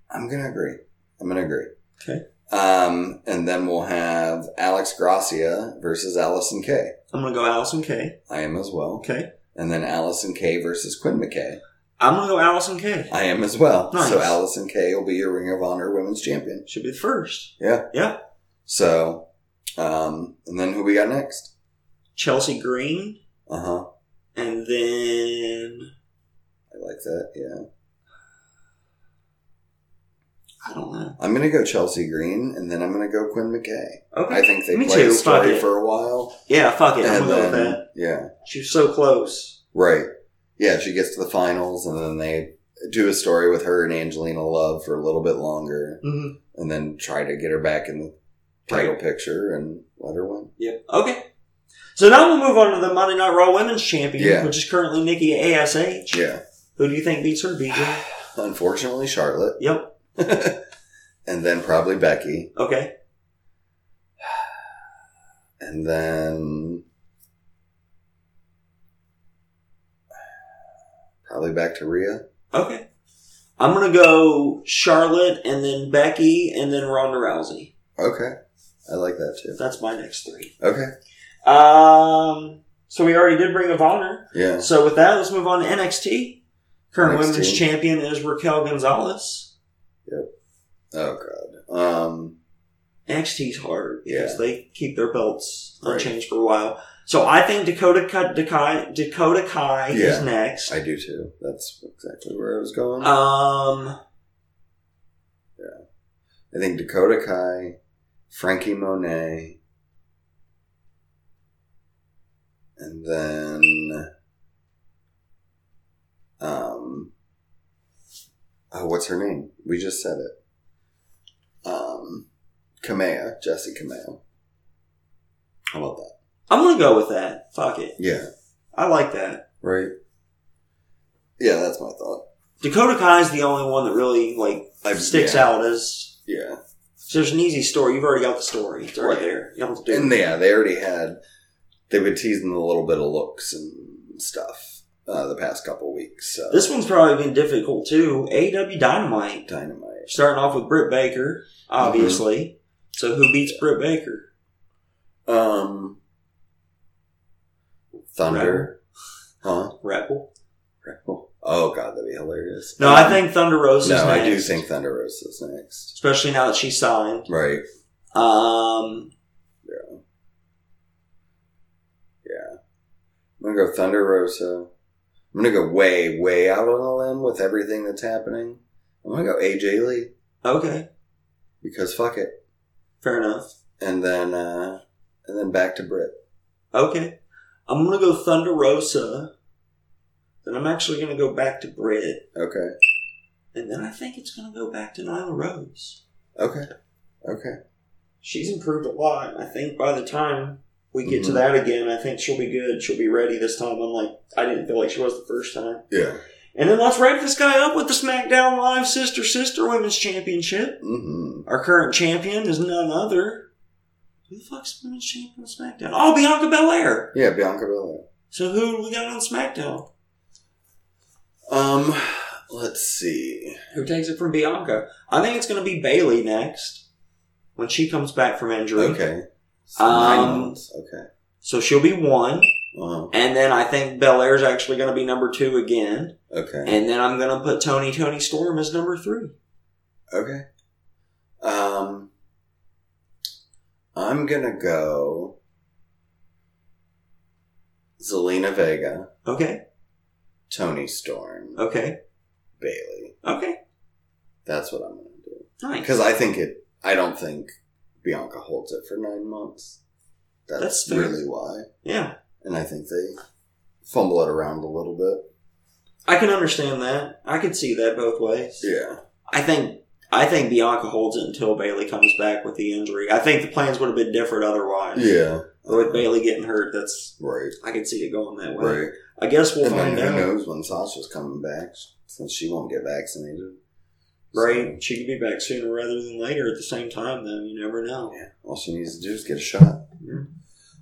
I'm going to agree. I'm going to agree. Okay. Um, and then we'll have Alex Gracia versus Allison Kay. I'm gonna go Allison K. I am as well. Okay, And then Allison Kay versus Quinn McKay. I'm gonna go Allison K. I am as well. Nice. So Allison Kay will be your Ring of Honor Women's Champion. Should be the first. Yeah. Yeah. So, um, and then who we got next? Chelsea Green, Uh huh. and then I like that. Yeah. I don't know. I'm going to go Chelsea Green and then I'm going to go Quinn McKay. Okay. I think they Me played too. Fuck story it. for a while. Yeah, fuck it. I'm and gonna go with then, that. yeah, She was so close. right. Yeah, she gets to the finals, and then they do a story with her and Angelina Love for a little bit longer, Mm-hmm. and then try to get her back in the title picture and let her win. Yep. Okay. So now we'll move on to the Monday Night Raw Women's Champion, Yeah. which is currently Nikki Ash. Yeah. Who do you think beats <sighs> her, BJ? Unfortunately, Charlotte, yep. and then probably Becky, Okay. and then probably back to Rhea. Okay. I'm gonna go Charlotte and then Becky and then Ronda Rousey. Okay, I like that too. That's my next three. Okay, Um. So we already did Ring of Honor. yeah, So with that, let's move on to NXT. Current NXT. women's champion is Raquel Gonzalez. oh god, um. NXT's hard because Yeah. they keep their belts Right. unchanged for a while. So I think Dakota Kai, Dakota, Dakota Kai is Yeah. next. I do too. That's exactly where I was going. um, I think Dakota Kai, Frankie Monet, and then um oh what's her name? We just said it. Um Kamea, Jesse Kamea. How about that? I'm gonna go with that. Fuck it, Yeah, I like that. right. Yeah, that's my thought. Dakota Kai is the only one that really like I've- sticks yeah. out as. Yeah. So there's an easy story. You've already got the story. It's right Right. there. You don't have to do. And yeah, they already had. They've been teasing a little bit of looks and stuff uh, the past couple weeks. So This one's probably been difficult too. AW Dynamite dynamite. starting off with Britt Baker, obviously. Mm-hmm. So who beats Britt Baker? Um, Thunder, huh? Rebel. Oh god, that'd be hilarious. No, I think Thunder Rose is Mm-hmm. no, next. I do think Thunder Rosa's next. especially now that she signed. Right? Um, Yeah. Yeah. I'm gonna go Thunder Rosa. I'm gonna go way, way out on a limb with everything that's happening. I'm gonna go AJ Lee okay, because fuck it. fair enough. and then uh, and then back to Brit. Okay, I'm gonna go Thunder Rosa. Then I'm actually gonna go back to Britt, Okay, and then I think it's gonna go back to Nyla Rose. okay, okay. She's improved a lot. I think by the time we get to Mhm. that again, I think she'll be good. She'll be ready this time. I'm like, I didn't feel like she was the first time. Yeah. And then let's wrap this guy up with the SmackDown Live Sister Sister Women's Championship. Mm-hmm. Our current champion is none other. Who the fuck's women's champion on SmackDown? Oh, Bianca Belair. Yeah, Bianca Belair. So who do we got on SmackDown? Um, let's see. Who takes it from Bianca? I think it's going to be Bailey next when she comes back from injury. Okay. Um, Nine months. Okay. So she'll be one, Wow. and then I think Belair's actually going to be number two again, Okay. and then I'm going to put Tony Tony Storm as number three. Okay. Um, I'm gonna go. Zelina Vega, Okay, Tony Storm, okay, Bailey. okay, That's what I'm gonna do nice. because I think it. I don't think Bianca holds it for nine months. That's, That's fair. really why. Yeah, and I think they fumble it around a little bit. I can understand that. I could see that both ways. Yeah, I think I think Bianca holds it until Bailey comes back with the injury. I think the plans would have been different otherwise. Yeah. With Bailey getting hurt, that's Right. I can see it going that way. Right. I guess we'll and then find who out. knows when Sasha's coming back since she won't get vaccinated. Right? She could be back sooner rather than later. At the same time, though, you never know. So, yeah. All she needs to do is get a shot. Yeah.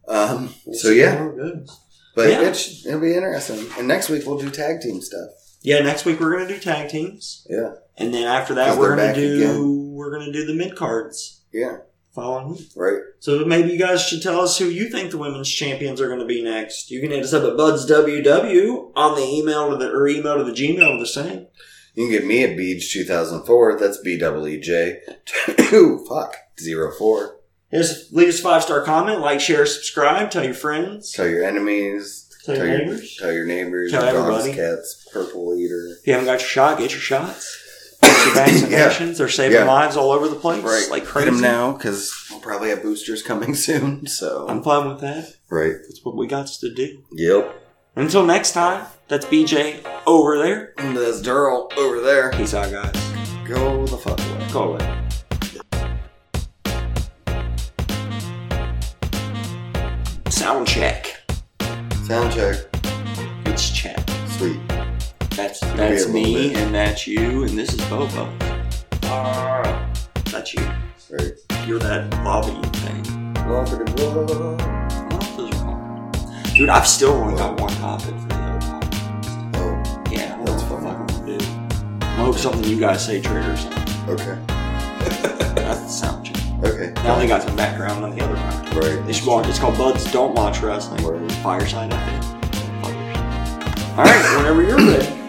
Um, We'll so see yeah, how it goes. but Yeah. It should, it'll be interesting. And next week we'll do tag team stuff. Yeah. Next week we're gonna do tag teams, Yeah. and then after 'Cause that we're they're gonna back do again. we're gonna do the mid cards Yeah. following week. Right. So maybe you guys should tell us who you think the women's champions are going to be next. You can hit us up at budsww on the email to the or email to the Gmail the same. You can get me at Beej 2004. That's B double E J. <laughs> Ooh, Fuck. Zero four. Hit us- leave us a five star comment, like, share, subscribe, tell your friends, Tell your enemies. tell your neighbors. Tell your neighbors. Tell dogs, everybody. cats, purple eater. If you haven't got your shot, get your shots. Get your vaccinations. They're saving <coughs> Yeah. lives all over the place, Right. like Hit crazy. them now because we'll probably have boosters coming <laughs> soon. So. I'm fine with that. right. That's what we got to do. Yep. Until next time, that's BJ over there. And there's Daryl over there. Peace out, guys. Go the fuck away. Call it. Sound check. Sound check. It's check. Sweet. That's be a that's little me bit. and that's you and this is Bobo. Ah. That's you. Right. You're that lobby thing. Whoa. What else is wrong? Dude, I've still only got one topic for the other podcast. Oh, Yeah, That's I don't know what the funny. fuck I'm gonna do. I hope something you guys say triggers. him. okay. That's the sound check. Okay. Now they got some background on the other podcast. Right. They should watch. It's called Buds Don't Watch Wrestling. Word. Fireside, I think. All right, whenever you're ready.